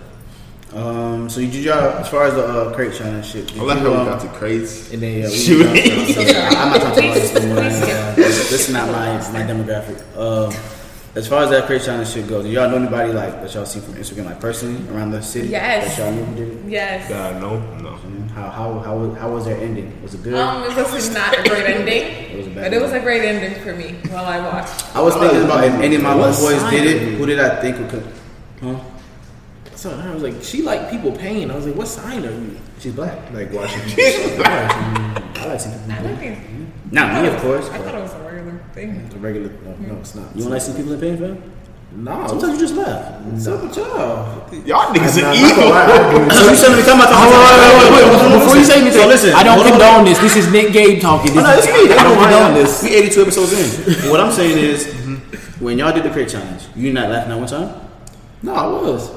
Speaker 1: Um, so you did y'all as far as the uh, crate challenge shit. Did
Speaker 3: I like
Speaker 1: you,
Speaker 3: how we
Speaker 1: um,
Speaker 3: got to crates.
Speaker 1: And then, yeah, we
Speaker 3: Shoot.
Speaker 1: I'm not talking about this no more.
Speaker 5: Please,
Speaker 1: Yeah, this this is not my my demographic. Um, as far as that Chris Challenge shit goes, do y'all know anybody like that y'all see from Instagram, like personally around the city?
Speaker 5: Yes.
Speaker 1: That y'all knew who did it?
Speaker 5: Yes.
Speaker 3: God, no, no.
Speaker 1: And How how how was- how was their ending? Was it good?
Speaker 5: Um, it was not a great ending.
Speaker 1: It was a bad
Speaker 5: but it was
Speaker 1: one.
Speaker 5: a great ending for me while I watched.
Speaker 1: I was thinking about if any of my
Speaker 4: What
Speaker 1: little boys
Speaker 4: sign
Speaker 1: did
Speaker 4: are
Speaker 1: it.
Speaker 4: you?
Speaker 1: Who did I think would cook? Huh?
Speaker 4: So I was like, she like people pain. I was like, what sign are you?
Speaker 1: She's black.
Speaker 2: Like watching.
Speaker 1: I like some
Speaker 5: I
Speaker 1: people.
Speaker 5: don't think
Speaker 1: Not me, of course.
Speaker 5: I thought
Speaker 1: But
Speaker 5: it was a regular thing.
Speaker 1: the regular. No, no, it's not.
Speaker 6: You don't like seeing people in pain, fam?
Speaker 4: No,
Speaker 6: Sometimes you just laugh.
Speaker 3: Y'all niggas are
Speaker 2: Nah, not gonna
Speaker 3: evil.
Speaker 2: lie, I do.
Speaker 6: So you suddenly come out.
Speaker 4: Hold on, hold on, wait, wait, wait, wait. Before you say anything,
Speaker 6: So listen,
Speaker 4: I don't
Speaker 6: hold on.
Speaker 4: condone this. This is Nick Gabe talking. This
Speaker 6: Oh, no,
Speaker 4: is,
Speaker 6: it's me.
Speaker 4: I don't condone
Speaker 6: mind.
Speaker 4: this.
Speaker 6: We 82 episodes in. what I'm saying is, when y'all did the crate challenge, you not laughing at one time.
Speaker 4: No, I was.
Speaker 6: So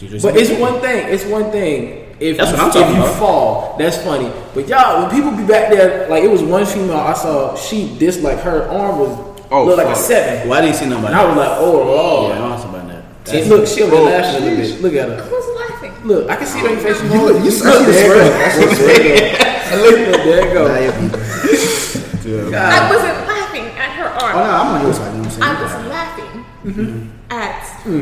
Speaker 6: you just-
Speaker 4: But it's one thing. It's one thing. If
Speaker 6: That's
Speaker 4: you,
Speaker 6: what I'm talking
Speaker 4: if you
Speaker 6: about.
Speaker 4: fall, that's funny. But y'all, when people be back there, like it was one female I saw. She disliked her arm was
Speaker 3: Oh,
Speaker 4: looked like a
Speaker 3: fuck.
Speaker 4: seven,
Speaker 6: Well, I didn't see nobody.
Speaker 4: and I was like,
Speaker 6: yeah,
Speaker 4: oh,
Speaker 6: I
Speaker 4: lord.
Speaker 6: don't see about that.
Speaker 4: And look, she over there laughing a little bit. Look at her.
Speaker 5: Who's laughing?
Speaker 4: Look, I can see it on your face.
Speaker 2: You look- you- I see the swear. I see the swear.
Speaker 4: There you go.
Speaker 2: Nah, yeah, people.
Speaker 5: I wasn't laughing at her arm.
Speaker 1: Oh no, Mm-hmm. I'm on your side. You know what
Speaker 5: I
Speaker 1: I'm
Speaker 5: was
Speaker 1: saying?
Speaker 5: laughing at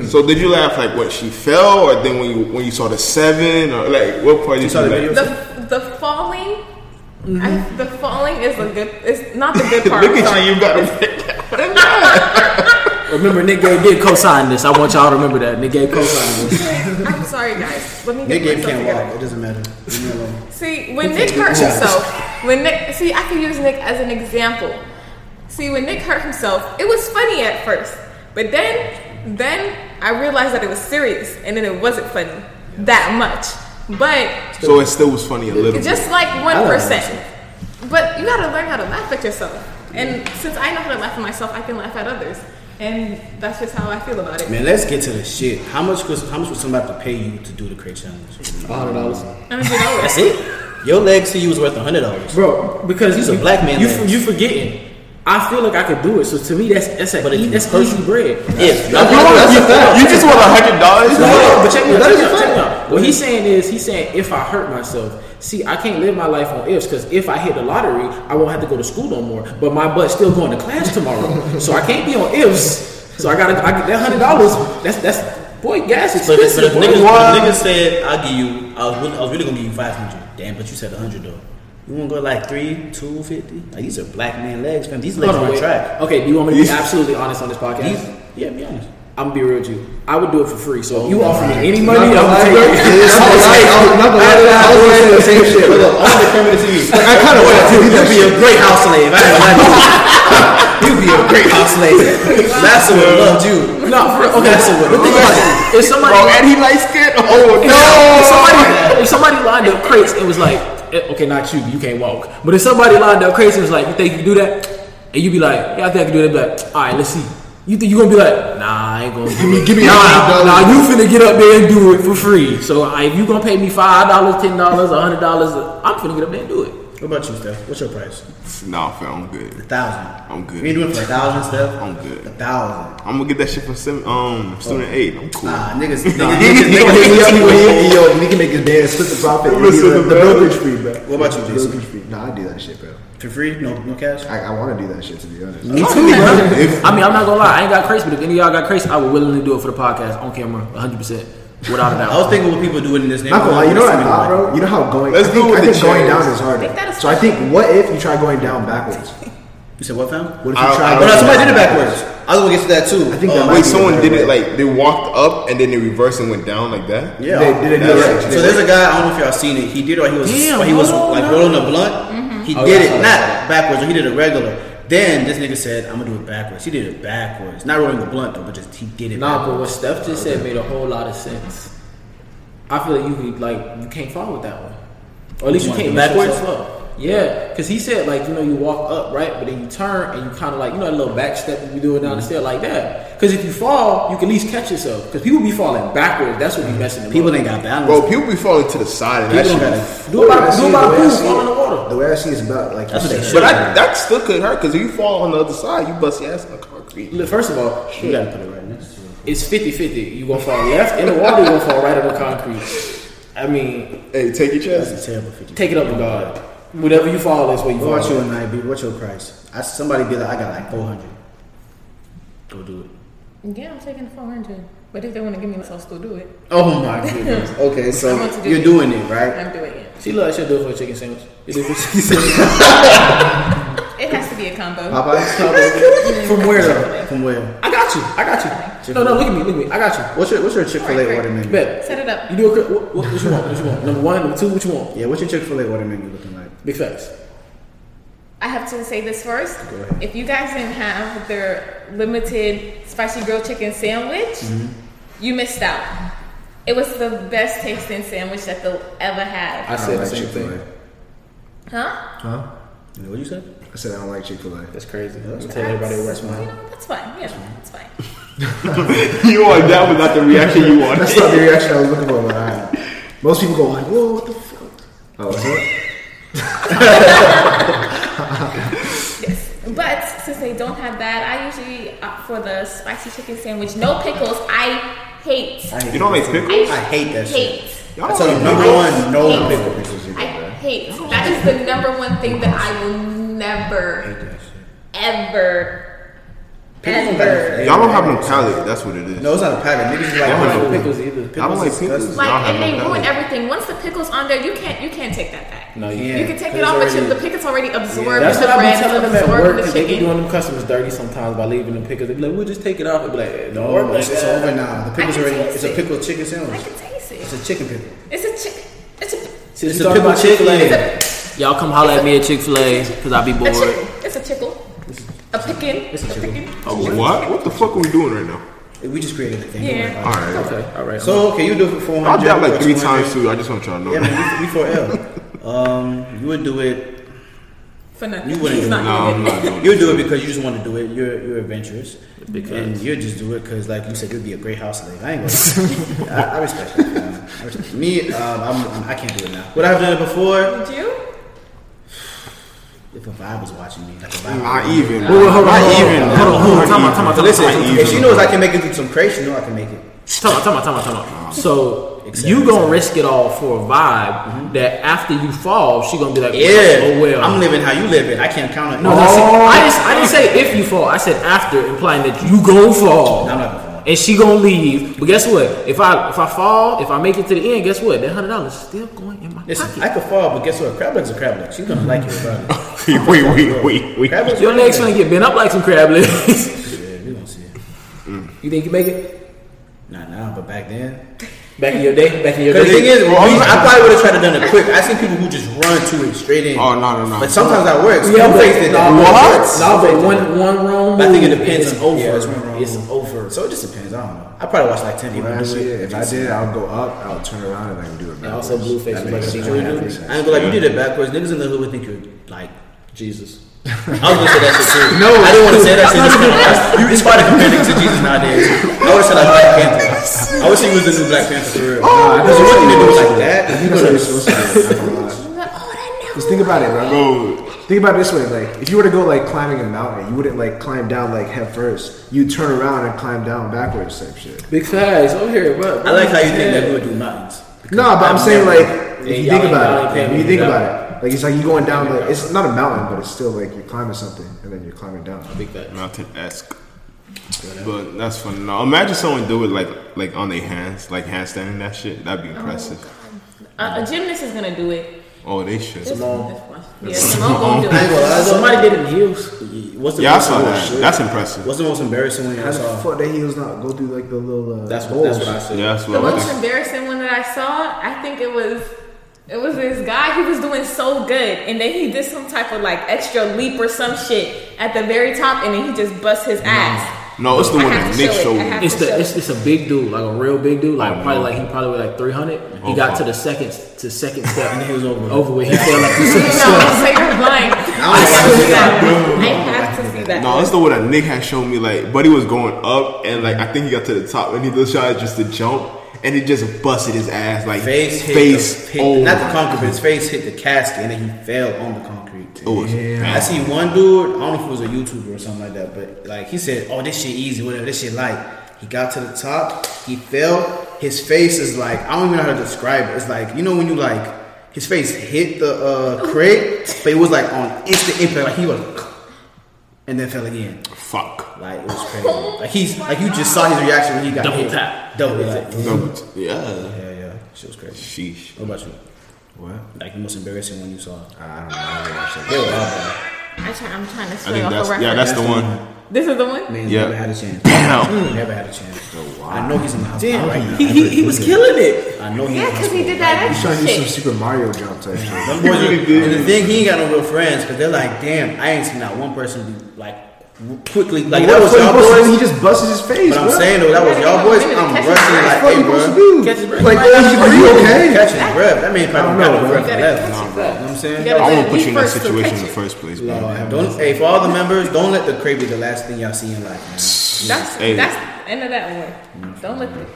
Speaker 3: So did you laugh like what she fell, or then when you when you saw the seven, or like what part did you
Speaker 1: saw the
Speaker 3: laugh?
Speaker 1: video?
Speaker 5: the the falling. I,
Speaker 1: Mm-hmm.
Speaker 5: the falling is a good. It's not the good part.
Speaker 3: Look at
Speaker 5: sorry.
Speaker 3: you, you got a
Speaker 4: Remember, Nick Gabe did co-sign this. I want y'all to remember that Nick Gabe co-signed this.
Speaker 5: I'm sorry, guys. Let me
Speaker 1: Nick
Speaker 5: get
Speaker 1: Gabe
Speaker 5: myself
Speaker 1: can't
Speaker 5: together.
Speaker 1: walk. It doesn't matter. Leave me alone.
Speaker 5: See, when Nick hurt himself, when Nick, see, I can use Nick as an example. See, when Nick hurt himself, it was funny at first, but then, then I realized that it was serious, and then it wasn't funny that much. But
Speaker 3: So it still was funny a little.
Speaker 5: it's
Speaker 3: bit.
Speaker 5: just like one percent. But you gotta learn how to laugh at yourself. And since I know how to laugh at myself, I can laugh at others. And that's just how I feel about it.
Speaker 1: Man, let's get to the shit. How much was how much would somebody have to pay you to do the crate challenge?
Speaker 6: Five hundred dollars.
Speaker 5: I'm gonna do that
Speaker 1: That's it. Your legs to you was worth hundred dollars.
Speaker 6: Bro,
Speaker 4: Because
Speaker 1: These
Speaker 4: you,
Speaker 1: are black man
Speaker 4: You,
Speaker 1: legs.
Speaker 4: you forgetting. I feel like I could do it. So to me, that's that's a, e-
Speaker 1: But if you
Speaker 4: that's
Speaker 1: hurt-
Speaker 4: easy bread.
Speaker 1: If
Speaker 3: That's
Speaker 1: y'all-
Speaker 3: a fact. You just want a hundred dollars?
Speaker 4: No, but check me out.
Speaker 1: That
Speaker 4: Check
Speaker 1: is
Speaker 4: me out,
Speaker 1: a
Speaker 4: check me
Speaker 1: fact.
Speaker 4: out. What he's saying is, he's saying if I hurt myself, see, I can't live my life on ifs because if I hit the lottery, I won't have to go to school no more. But my butt's still going to class tomorrow, so I can't be on ifs. So I gotta I, get that hundred dollars. That's that's boy, gas is
Speaker 1: But, if- but if
Speaker 4: expensive. boy.
Speaker 1: niggas,
Speaker 3: What?
Speaker 1: if niggas said I'll give you. I was, really- I was really gonna give you five hundred. Damn, but you said hundred though. You wanna go like three, two fifty? Like these are black man legs, fam. These legs
Speaker 4: Hold on,
Speaker 1: are on
Speaker 4: wait.
Speaker 1: track.
Speaker 4: Okay, do you want me to be
Speaker 3: These-
Speaker 4: absolutely honest on this podcast?
Speaker 1: These, yeah, be honest.
Speaker 4: I'm gonna be real with you. I would do it for free. So if you offer me any money, I'm
Speaker 2: Not gonna lie,
Speaker 4: gonna take
Speaker 2: bro.
Speaker 4: it.
Speaker 2: It's not like- I'm not gonna lie, I was saying the same shit.
Speaker 1: I'm
Speaker 2: bro.
Speaker 1: gonna come to you.
Speaker 2: Like, I kind of want to do that
Speaker 1: You'd be
Speaker 2: shit.
Speaker 1: a great house slave. I ain't gonna lie to you. You'd be a great house slave. That's what loved you.
Speaker 4: No, for real. Okay,
Speaker 1: That's a
Speaker 4: but think about it. If somebody
Speaker 3: Bro, and he likes skin. Oh
Speaker 4: If somebody- if
Speaker 3: no!
Speaker 4: somebody, if somebody lined up crates and was like, eh, okay, not you, you can't walk. But if somebody lined up crates and was like, you think you can do that? And you be like, yeah, I think I can do that. Be like, all right, let's see. You think you gonna be like, nah, I ain't gonna give me, give me nah, nah, you finna get up there and do it for free. So I, if you gonna pay me five dollars, ten dollars, a hundred dollars, I'm finna get up there and do it.
Speaker 1: What about you, Steph? What's your price?
Speaker 3: Nah, fam, I'm good.
Speaker 1: thousand.
Speaker 3: I'm good.
Speaker 1: You ain't doing it for a thousand, Steph.
Speaker 3: I'm good.
Speaker 1: A thousand.
Speaker 3: I'm gonna get that shit for sim- um student aid. I'm cool.
Speaker 1: Nah, niggas. niggas,
Speaker 2: Nigga,
Speaker 1: niggas,
Speaker 2: nigga,
Speaker 1: niggas,
Speaker 2: hit me up when he hit me up, and we can make his band split the profit. and
Speaker 3: Split
Speaker 2: get
Speaker 3: the
Speaker 2: The
Speaker 3: bill.
Speaker 2: brokerage free, bro.
Speaker 1: What about you,
Speaker 2: The
Speaker 1: Jason?
Speaker 2: brokerage fee. Nah, I do that shit, bro.
Speaker 1: for free? No, no cash.
Speaker 2: I, I want to do that shit to be honest.
Speaker 4: I mean, I'm not gonna lie, I ain't got crates, but if any of y'all got crates, I would willingly do it for the podcast on camera, 100, percent without a doubt.
Speaker 1: I was thinking what people doing in this
Speaker 2: Not
Speaker 1: neighborhood.
Speaker 2: gonna lie, you know what I
Speaker 1: Something
Speaker 2: thought,
Speaker 1: like-
Speaker 2: bro? You know how going.
Speaker 3: Let's do
Speaker 2: I think,
Speaker 3: it with
Speaker 2: I
Speaker 3: the
Speaker 2: think going
Speaker 3: chairs.
Speaker 2: down is harder.
Speaker 5: Make that a
Speaker 2: So I think, what if you try going down backwards?
Speaker 1: You said what, fam?
Speaker 2: What if
Speaker 3: I-
Speaker 2: you
Speaker 3: I
Speaker 2: try?
Speaker 3: don't
Speaker 1: Oh,
Speaker 2: going
Speaker 1: no, somebody
Speaker 2: down
Speaker 1: did it backwards. I was gonna get to that too.
Speaker 2: I think that
Speaker 1: Um,
Speaker 2: might
Speaker 3: Oh, Wait,
Speaker 2: be
Speaker 3: someone
Speaker 2: better
Speaker 3: did it
Speaker 2: way.
Speaker 3: like they walked up and then they reversed and went down like that.
Speaker 1: Yeah.
Speaker 2: They did it the
Speaker 1: Yeah.
Speaker 2: other way.
Speaker 1: So there's a guy. I don't know if y'all seen it. He did it. Or he was.
Speaker 4: Damn,
Speaker 1: or he was
Speaker 4: hold on,
Speaker 1: like
Speaker 4: bro.
Speaker 1: rolling a blunt. He
Speaker 4: Oh,
Speaker 1: did
Speaker 4: yeah, I
Speaker 1: it
Speaker 4: saw
Speaker 1: not backwards. Or he did it regular. Then this nigga said, "I'm gonna do it backwards." He did it backwards. Not rolling the blunt though, but just he did it.
Speaker 4: Nah,
Speaker 1: backwards.
Speaker 4: but what Steph just said made a whole lot of sense. I feel like you could, like you can't fall with that one, or at least you,
Speaker 1: want
Speaker 4: can't
Speaker 1: to backwards?
Speaker 4: backwards. Yeah, because he said like you know you walk up right, but then you turn and you kind of like you know that little back step that you do it down the stair like that. Because if you fall, you can at least catch yourself. Because people be falling backwards. That's what be messing them
Speaker 1: People
Speaker 4: up.
Speaker 1: ain't got balance.
Speaker 3: Bro, people be falling to the side and that
Speaker 1: People
Speaker 3: shit.
Speaker 1: don't
Speaker 4: do it
Speaker 2: The way I
Speaker 4: by,
Speaker 2: see
Speaker 4: do
Speaker 2: it,
Speaker 4: it by
Speaker 2: the
Speaker 4: the
Speaker 2: way I
Speaker 4: pool,
Speaker 2: see
Speaker 4: fall
Speaker 2: it-
Speaker 4: in the water.
Speaker 2: The way I see it's about like
Speaker 1: That's what they
Speaker 3: But I, that still could hurt because if you fall on the other side, you bust your ass on concrete.
Speaker 4: Look, First of all,
Speaker 1: you gotta put it right next to you.
Speaker 4: it's 50-50. You gonna fall left in the water, you gonna fall right on the concrete. I mean,
Speaker 3: Hey, take your chance.
Speaker 1: It's a terrible fifty.
Speaker 4: take it up with God. Whatever you fall, that's where you
Speaker 1: What
Speaker 4: fall.
Speaker 1: about you and I? B? What's your price? I somebody be like, I got like four hundred. Go do it.
Speaker 5: worse. Yeah, I'm taking the 400. But if they want to give me this, I'll still do it.
Speaker 1: Oh my goodness. Okay, so
Speaker 5: I want to do
Speaker 1: you're
Speaker 5: it.
Speaker 1: doing it right.
Speaker 5: I'm doing it.
Speaker 4: She loves she'll do it for a chicken sandwich. You do it for a chicken sandwich.
Speaker 5: It has to be a combo.
Speaker 4: From where though?
Speaker 1: From where?
Speaker 4: I got you. I got you. No, no, look at me, look at me. I got you.
Speaker 1: What's your What's your Chick Fil A order menu?
Speaker 4: Bet.
Speaker 5: Set it up.
Speaker 4: You do a cri- what, what, what you want? What you want? Number one, number two, what you want?
Speaker 1: Yeah, what's your Chick Fil A order menu looking like?
Speaker 4: Big facts.
Speaker 5: I have to say this first.
Speaker 1: Go ahead.
Speaker 5: If you guys didn't have their limited spicy grilled chicken sandwich, you missed out. It was the best tasting sandwich that they'll ever have.
Speaker 4: I said the
Speaker 2: like
Speaker 4: same
Speaker 2: Chick Fil
Speaker 4: thing.
Speaker 2: A.
Speaker 5: huh?
Speaker 2: Huh?
Speaker 1: You know what you said?
Speaker 2: I said I don't like Chick Fil A.
Speaker 4: That's crazy. I'm gonna tell everybody where it's
Speaker 5: You
Speaker 4: mine.
Speaker 5: know, that's fine. Yeah, that's fine.
Speaker 3: you want that was not the reaction you wanted.
Speaker 2: That's not the reaction I was looking for. But I, most people go like, "Whoa, what the fuck?" Oh, is it?
Speaker 5: But since they don't have that, I usually opt for the spicy chicken sandwich. No pickles. I hate.
Speaker 1: I hate
Speaker 3: You don't like
Speaker 1: that shit.
Speaker 3: pickles?
Speaker 1: I hate that shit.
Speaker 5: Hate.
Speaker 3: Y'all
Speaker 1: I tell you,
Speaker 3: like
Speaker 1: number
Speaker 3: pickles?
Speaker 1: one, no
Speaker 5: Hate.
Speaker 1: pickles.
Speaker 5: I hate. That is the number one thing that I will never, ever,
Speaker 1: Pickles don't have
Speaker 5: ever.
Speaker 1: flavor.
Speaker 3: Y'all don't have no palate. That's what it is.
Speaker 1: No, it's not a packet. Niggas is like,
Speaker 3: Y'all
Speaker 1: I
Speaker 3: don't
Speaker 1: don't
Speaker 3: have
Speaker 1: like
Speaker 4: Pickles either.
Speaker 3: I don't like
Speaker 1: Pickles
Speaker 3: pickles.
Speaker 1: is
Speaker 3: Y'all
Speaker 5: Like,
Speaker 3: have
Speaker 5: and they
Speaker 3: no
Speaker 5: ruin
Speaker 3: palate.
Speaker 5: everything. Once the pickles on there, you can't you can't take that back.
Speaker 4: No, you.
Speaker 1: Yeah.
Speaker 5: You can take it
Speaker 1: because
Speaker 5: off, but you-
Speaker 1: already-
Speaker 5: the pickles already absorbed
Speaker 4: That's
Speaker 5: the
Speaker 4: what I be
Speaker 5: bread,
Speaker 4: telling them at
Speaker 5: absorbed
Speaker 4: work.
Speaker 5: the
Speaker 4: 'cause They be
Speaker 5: chicken.
Speaker 4: doing them customers dirty sometimes by leaving them pickles. They be like, "We'll just take it off." They be like, eh, "Don't worry
Speaker 1: Oh,
Speaker 4: about
Speaker 1: it's, it's
Speaker 4: that."
Speaker 1: over now. The pickles
Speaker 5: I can
Speaker 1: already.
Speaker 5: taste
Speaker 1: It's a
Speaker 5: it.
Speaker 1: pickled chicken
Speaker 5: I
Speaker 1: sandwich.
Speaker 5: can taste
Speaker 1: It's
Speaker 5: it.
Speaker 1: a chicken pickle.
Speaker 5: It's a chicken. It's a.
Speaker 4: Since
Speaker 1: It's
Speaker 4: you
Speaker 1: a
Speaker 4: talking
Speaker 1: pickle
Speaker 4: about Chick Fil
Speaker 1: Chick-fil-A.
Speaker 4: A, y'all come holler at me at Chick Fil A because I be
Speaker 5: A
Speaker 4: bored.
Speaker 5: chicken. It's a tickle. A pickin.
Speaker 1: It's a
Speaker 5: a
Speaker 1: chicken.
Speaker 5: pickin.
Speaker 3: Oh, what? What the fuck are we doing right now?
Speaker 1: We just created a thing. don't worry
Speaker 5: Yeah.
Speaker 1: about it.
Speaker 3: All right.
Speaker 4: Okay, all right.
Speaker 1: So okay, you do it for four
Speaker 3: I'll
Speaker 1: hundred.
Speaker 3: drop like three times too. I just want y'all to know.
Speaker 1: Yeah, man, we, we for L. Um, you would do it.
Speaker 5: for nothing.
Speaker 1: You wouldn't
Speaker 5: He's
Speaker 1: do
Speaker 5: not
Speaker 1: it.
Speaker 3: No,
Speaker 5: gonna
Speaker 3: I'm
Speaker 5: get
Speaker 3: not
Speaker 5: it.
Speaker 3: doing
Speaker 1: You
Speaker 3: this.
Speaker 1: do it because you just want to do it. You're you're adventurous,
Speaker 4: Because-
Speaker 1: and you just do it because, like you said, it'd be a great house slave. I ain't gonna. I, I respect that. man. I respect that. Me, um, I'm, I'm, I can't do it now. Would I've done it before?
Speaker 5: Would you?
Speaker 1: If a vibe was watching me, like a vibe.
Speaker 3: Not even.
Speaker 4: Wait, wait, hold on,
Speaker 3: not
Speaker 4: hold on,
Speaker 3: even.
Speaker 4: hold on, hold on, hold on, time out, time
Speaker 1: But
Speaker 4: out, time
Speaker 1: listen,
Speaker 4: out, time out.
Speaker 1: if she knows I can make it through some crates, you know I can make it.
Speaker 4: Time out, time out, time out, time out. So you gonna risk it all for a vibe that after you fall, she gonna be like,
Speaker 1: Yeah,
Speaker 4: oh well.
Speaker 1: I'm living how you live it. I can't count it.
Speaker 4: no, no, see,
Speaker 1: Oh.
Speaker 4: I just I didn't say if you fall. I said after, implying that you gonna fall.
Speaker 1: I'm not gonna fall.
Speaker 4: And she gonna leave. But guess what? If I if I fall, if I make it to the end, guess what? That hundred dollars still going in my
Speaker 1: Listen, I
Speaker 4: pocket.
Speaker 1: could fall, but guess what? Crab legs are crab legs. She's gonna like it regardless.
Speaker 3: wait, wait, wait, wait.
Speaker 1: Crab legs
Speaker 4: Your
Speaker 1: are
Speaker 4: legs
Speaker 1: crab
Speaker 4: gonna get bent up like some crab legs.
Speaker 1: legs. Yeah, we gonna see it.
Speaker 4: you think you make it?
Speaker 1: Not now, but back then.
Speaker 4: Back in your day, back in your
Speaker 1: But the
Speaker 4: day.
Speaker 1: thing is, we- I probably would have tried to done it quick. I seen people who just run to it straight in.
Speaker 3: Oh, no, no, no.
Speaker 1: But sometimes that works.
Speaker 4: Yeah,
Speaker 1: You
Speaker 4: but-
Speaker 1: faced it.
Speaker 4: nah,
Speaker 1: You
Speaker 4: but-
Speaker 1: faced it.
Speaker 4: nah,
Speaker 1: You
Speaker 4: but
Speaker 1: faced it.
Speaker 4: one one wrong.
Speaker 1: But I think it
Speaker 4: move,
Speaker 1: depends.
Speaker 4: it's
Speaker 1: It's over.
Speaker 4: Yeah,
Speaker 1: it's,
Speaker 4: one wrong move.
Speaker 1: over. So it just depends. I don't know. I probably watched like ten people do
Speaker 2: Actually,
Speaker 1: it.
Speaker 2: if I did, I would go up, I would turn around, and I would do it.
Speaker 4: And also,
Speaker 2: backwards.
Speaker 4: Blueface
Speaker 2: That
Speaker 4: was like
Speaker 2: makes
Speaker 4: a
Speaker 2: sense.
Speaker 4: DJ
Speaker 2: That
Speaker 4: dude.
Speaker 2: makes sense.
Speaker 1: I ain't go like you did it backwards. Niggas in the hood would think you're like.
Speaker 4: Jesus.
Speaker 1: I was gonna say that shit too. No, I didn't want to say that shit. Just kinda, you inspired to compare niggas to Jesus nowadays. I would have said like Black Panther. I wish he was the new Black Panther for real. Oh, because one thing to do it like
Speaker 2: I
Speaker 1: that.
Speaker 2: think that's how you're supposed to do it, not gonna lie. Just think about it, bro.
Speaker 3: Bro,
Speaker 2: Think about it this way: like, if you were to go like climbing a mountain, you wouldn't like climb down like head first. You turn around and climb down backwards, type shit.
Speaker 4: Big facts over here, bro.
Speaker 1: I like how you think that we would do mountains.
Speaker 2: No, but I'm
Speaker 1: I've
Speaker 2: saying
Speaker 1: never-
Speaker 2: like, if you think
Speaker 4: Yeah, y'all ain't- y'all
Speaker 2: about
Speaker 4: ain't
Speaker 2: it,
Speaker 4: paying
Speaker 2: if you
Speaker 4: me
Speaker 2: think
Speaker 4: enough.
Speaker 2: about it, like it's like you going down, like it's not a mountain, but it's still like you're climbing something, and then you're climbing down.
Speaker 4: Big facts.
Speaker 3: mountain esque. But that's funny. Now, imagine someone do it like like on their hands, like handstanding that shit. That'd be impressive.
Speaker 5: A, a gymnast is gonna do it.
Speaker 3: Oh, they should.
Speaker 5: This this one. Yeah, Simone gonna do it.
Speaker 4: Somebody did it in the heels.
Speaker 1: What's the
Speaker 3: Yeah, I
Speaker 1: most,
Speaker 3: saw that. That's impressive.
Speaker 1: What's the most embarrassing one
Speaker 2: How
Speaker 1: I
Speaker 2: the
Speaker 1: saw?
Speaker 2: fuck that heels not go through like the little? Uh,
Speaker 1: That's what, that's what I said.
Speaker 3: Yeah, that's
Speaker 5: The
Speaker 3: what I
Speaker 5: most
Speaker 3: think.
Speaker 5: embarrassing one that I saw, I think it was it was this guy who was doing so good and then he did some type of like extra leap or some shit at the very top and then he just bust his ass.
Speaker 3: No, it's the
Speaker 5: I
Speaker 3: one that
Speaker 5: have to
Speaker 3: Nick
Speaker 5: show it. I
Speaker 3: showed
Speaker 5: have
Speaker 3: me.
Speaker 4: It's the it's, it's a big dude, like a real big dude, like
Speaker 3: Oh,
Speaker 4: probably
Speaker 3: no.
Speaker 4: like he probably weighed like three hundred. He
Speaker 3: Oh,
Speaker 4: got
Speaker 3: fuck.
Speaker 4: to the second to second step and
Speaker 1: he was over.
Speaker 4: Over with. He fell like
Speaker 5: No, so you're blind. I have to see that. I have to see that.
Speaker 3: No, it's the one that Nick had shown me. Like, buddy was going up, and like I think he got to the top, and he decided just to jump, and he just busted his ass like
Speaker 1: Face hit
Speaker 3: face.
Speaker 1: the, hit,
Speaker 3: oh,
Speaker 1: not the
Speaker 3: my-
Speaker 1: concrete, but his face hit the casket and then he fell on the concrete.
Speaker 3: it was
Speaker 1: I
Speaker 3: bad.
Speaker 1: see one dude, I don't know if it was a YouTuber or something like that, but like he said, Oh, this shit easy, whatever, this shit light. He got to the top, he fell, his face is like I don't even know how to describe it. It's like, you know when you like his face hit the uh crate, but it was like on instant impact, like he was and then fell again.
Speaker 3: Fuck.
Speaker 1: Like it was crazy. Like he's like you just saw his reaction when he got
Speaker 4: Double
Speaker 1: hit.
Speaker 4: tap.
Speaker 1: Double tap.
Speaker 3: No, yeah.
Speaker 1: Yeah, yeah. Shit was crazy.
Speaker 3: Sheesh.
Speaker 1: What about you?
Speaker 2: What?
Speaker 1: Like the most embarrassing one you saw. uh,
Speaker 2: I don't know. I haven't watched that.
Speaker 1: They were all bad.
Speaker 5: I try, I'm trying to
Speaker 3: I
Speaker 5: stay
Speaker 3: think
Speaker 5: off a
Speaker 3: that's
Speaker 5: reference.
Speaker 3: yeah. That's the one.
Speaker 5: this is the one.
Speaker 1: Man's
Speaker 3: Yeah.
Speaker 1: never had a chance.
Speaker 3: Damn.
Speaker 1: Never had a chance. I know he's in the hospital
Speaker 4: Damn.
Speaker 1: Hmm. right now.
Speaker 4: He, he, he was killing it.
Speaker 1: I know he.
Speaker 5: Yeah,
Speaker 1: in the
Speaker 5: because he
Speaker 1: hospital.
Speaker 5: did that
Speaker 2: I'm trying
Speaker 5: extra
Speaker 2: to do some
Speaker 5: shit.
Speaker 2: Super Mario jump type shit.
Speaker 1: Them boys,
Speaker 3: really did.
Speaker 1: and the thing, he ain't got no real friends because they're like, damn, I ain't seen that one person be like w- quickly like that was
Speaker 2: What
Speaker 1: y'all
Speaker 2: the fuck he supposed to do? He
Speaker 1: boys.
Speaker 2: just busted his face.
Speaker 1: But I'm
Speaker 2: bro.
Speaker 1: saying though, that was y'all boys. I'm
Speaker 5: Catch his
Speaker 1: rushing
Speaker 5: breath.
Speaker 1: like, hey,
Speaker 2: What you supposed to
Speaker 1: bro,
Speaker 2: do?
Speaker 4: Catch his breath.
Speaker 2: Like, oh, you, are you okay?
Speaker 1: catching breath. That man probably got
Speaker 2: I don't know,
Speaker 1: no breath
Speaker 5: bro.
Speaker 1: left. You
Speaker 5: Nah,
Speaker 1: know what I'm saying?
Speaker 5: Yeah.
Speaker 3: I won't put you in that
Speaker 5: First to
Speaker 3: situation in
Speaker 5: catch
Speaker 3: the
Speaker 5: it.
Speaker 3: first place,
Speaker 1: Lord,
Speaker 3: bro.
Speaker 1: don't hey for all the members, don't let the crave be the last thing y'all see in life. Man.
Speaker 5: That's
Speaker 3: Hey.
Speaker 5: that's the end of that one. Don't look it.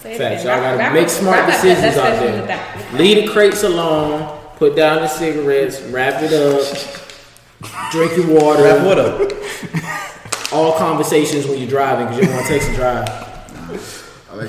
Speaker 5: Say it
Speaker 4: Facts. Y'all
Speaker 5: again. Wrap-
Speaker 4: gotta
Speaker 5: wrap
Speaker 4: make
Speaker 5: up-
Speaker 4: smart
Speaker 5: wrap up that-
Speaker 4: decisions
Speaker 5: that
Speaker 4: out
Speaker 5: session with
Speaker 4: there.
Speaker 5: that.
Speaker 4: Leave the crates alone. Put down the cigarettes. Wrap it up. Drink your water.
Speaker 1: Wrap what up?
Speaker 4: All conversations when you're driving because you don't want to text and drive.
Speaker 1: I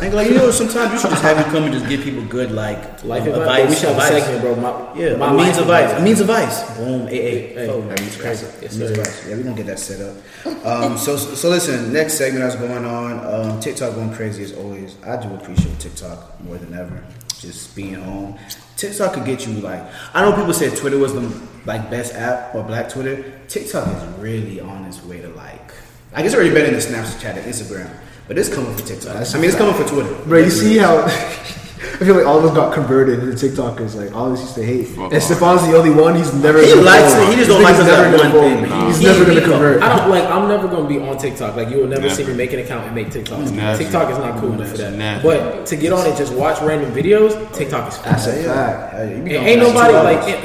Speaker 1: think like you know sometimes you should just have you come and just give people good like
Speaker 4: Life
Speaker 1: um,
Speaker 4: advice. We should have a
Speaker 1: advice.
Speaker 4: segment, bro. My,
Speaker 1: Yeah,
Speaker 4: my
Speaker 1: a means
Speaker 4: life
Speaker 1: of vice. A means of vice. Boom. Hey, hey,
Speaker 4: Hey,
Speaker 1: Oh,
Speaker 4: that means
Speaker 1: crazy.
Speaker 4: vice. Yes,
Speaker 1: Means of
Speaker 4: sir.
Speaker 1: vice. Yeah, we're gonna get that set up. Um, so, so listen. Next segment that's going on. Um, TikTok going crazy as always. I do appreciate TikTok more than ever. Just being home. TikTok could get you like. I know people said Twitter was the like best app or Black Twitter. TikTok is really on its way to like. I guess it's already better than Snapchat and Instagram, but it's coming for TikTok. I mean, it's coming for Twitter.
Speaker 2: Bro, you see how I feel like all of us got converted into TikTokers. Like all of us used to hate,
Speaker 3: Fuck
Speaker 2: and
Speaker 3: off.
Speaker 2: Stefan's the only one. He's never.
Speaker 1: He
Speaker 2: gonna
Speaker 1: likes
Speaker 2: fall.
Speaker 1: it, he just
Speaker 2: This
Speaker 1: don't like
Speaker 2: nigga's
Speaker 1: us
Speaker 2: never
Speaker 1: at
Speaker 2: gonna
Speaker 1: one
Speaker 2: fall.
Speaker 1: thing.
Speaker 2: Nah. He's
Speaker 4: Yeah,
Speaker 2: never gonna
Speaker 4: people.
Speaker 2: convert.
Speaker 4: I don't like. I'm never gonna be on TikTok. Like you will never see me
Speaker 3: Never.
Speaker 4: make an account and make TikToks.
Speaker 3: Never.
Speaker 4: TikTok is not cool enough for that.
Speaker 3: Never.
Speaker 4: But to get on and just watch random videos, TikTok is
Speaker 2: That's
Speaker 4: fast.
Speaker 2: a fact.
Speaker 1: Hey, you be
Speaker 4: And
Speaker 1: gone
Speaker 4: ain't
Speaker 1: for like two
Speaker 4: nobody
Speaker 1: hours.
Speaker 4: like in-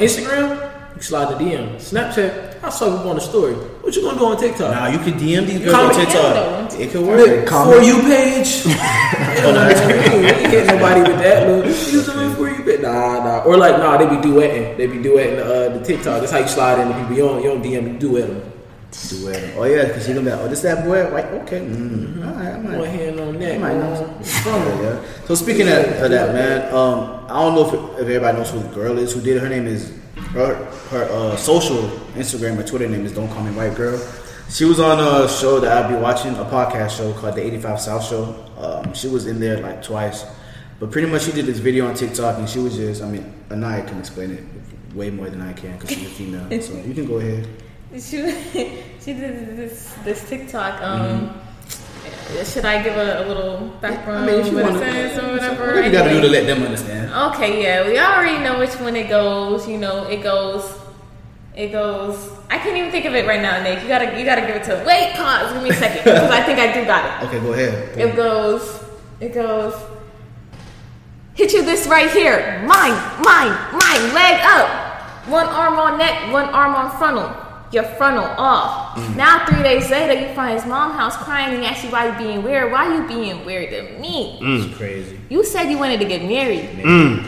Speaker 4: Instagram. You slide the DM. Snapchat, I saw you on the story. What you gonna do on TikTok?
Speaker 1: Nah, you could DM these girls on
Speaker 4: Comment-
Speaker 1: TikTok. It could work.
Speaker 4: Look, for you page. Oh, no, that's cool. You ain't hit nobody with that. Look, use them in for you page. Nah, nah. Or like, nah, they be duetting. They be duetting uh, the TikTok. That's how you slide in the people. You don't, you don't DM, you duet them.
Speaker 1: Do it. Oh yeah, because you're gonna be like, oh, this that boy. Like, okay,
Speaker 4: Mm-hmm.
Speaker 1: mm, all right, I might.
Speaker 4: One hand on
Speaker 1: I
Speaker 4: that.
Speaker 1: might know something. Yeah. So speaking of, of that, man, um, I don't know if, if everybody knows who the girl is who did it. Her name is her her uh, social Instagram or Twitter name is Don't Call Me White Girl. She was on a show that I'll be watching, a podcast show called The 85 South Show. Um, she was in there like twice, but pretty much she did this video on TikTok and she was just, I mean, Anaya can explain it way more than I can because she's a female. so you can go ahead.
Speaker 5: She she did this this TikTok. Um, should I give a, a little background?
Speaker 1: Mm-hmm. I mean, if you
Speaker 5: what it
Speaker 1: wanna-
Speaker 5: says or whatever.
Speaker 1: What do you gotta do
Speaker 5: Anyway.
Speaker 1: to let them understand?
Speaker 5: Okay, yeah, we already know which one it goes. You know, it goes, it goes. I can't even think of it right now, Nick. You gotta, you gotta give it to. Wait, pause. Give me a second because I think I do got
Speaker 1: Okay, go ahead.
Speaker 5: it. It goes, it goes. Hit you this right here. Mine, mine, mine. Leg up. One arm on neck, one arm on frontal. Your frontal off. Now three days later, you find his mom house crying and asks you why you being weird. Why you being weird to me?
Speaker 1: It's crazy. Mm.
Speaker 5: You said you wanted to get married.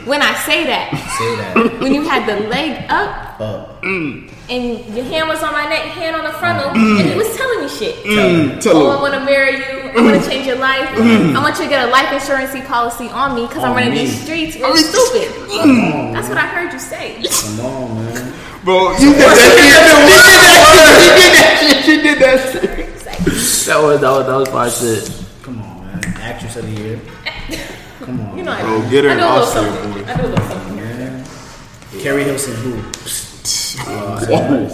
Speaker 5: When I say that,
Speaker 1: Say that.
Speaker 5: when you had the leg up
Speaker 1: Up.
Speaker 5: and your hand was on my neck, hand on the frontal, and you was telling me shit.
Speaker 3: Tell
Speaker 5: oh, I
Speaker 3: her.
Speaker 5: want to marry you. I want to change your life. I want you to get a life insurance policy on me because I'm
Speaker 1: On
Speaker 5: running
Speaker 1: me.
Speaker 5: these streets. Really stupid. That's what I heard you say.
Speaker 1: Come on, man.
Speaker 3: Bro, you did that shit. She did that shit. She did that shit. She did that shit.
Speaker 4: That was, that was, that was fire shit.
Speaker 1: Come on, man. Actress of the year. Come on.
Speaker 5: You know, I,
Speaker 3: Bro, get her
Speaker 5: I
Speaker 3: an
Speaker 5: do a little
Speaker 3: Oscar,
Speaker 5: something. I do a little something.
Speaker 1: man. Carrie Hilson, who?
Speaker 3: Whoa.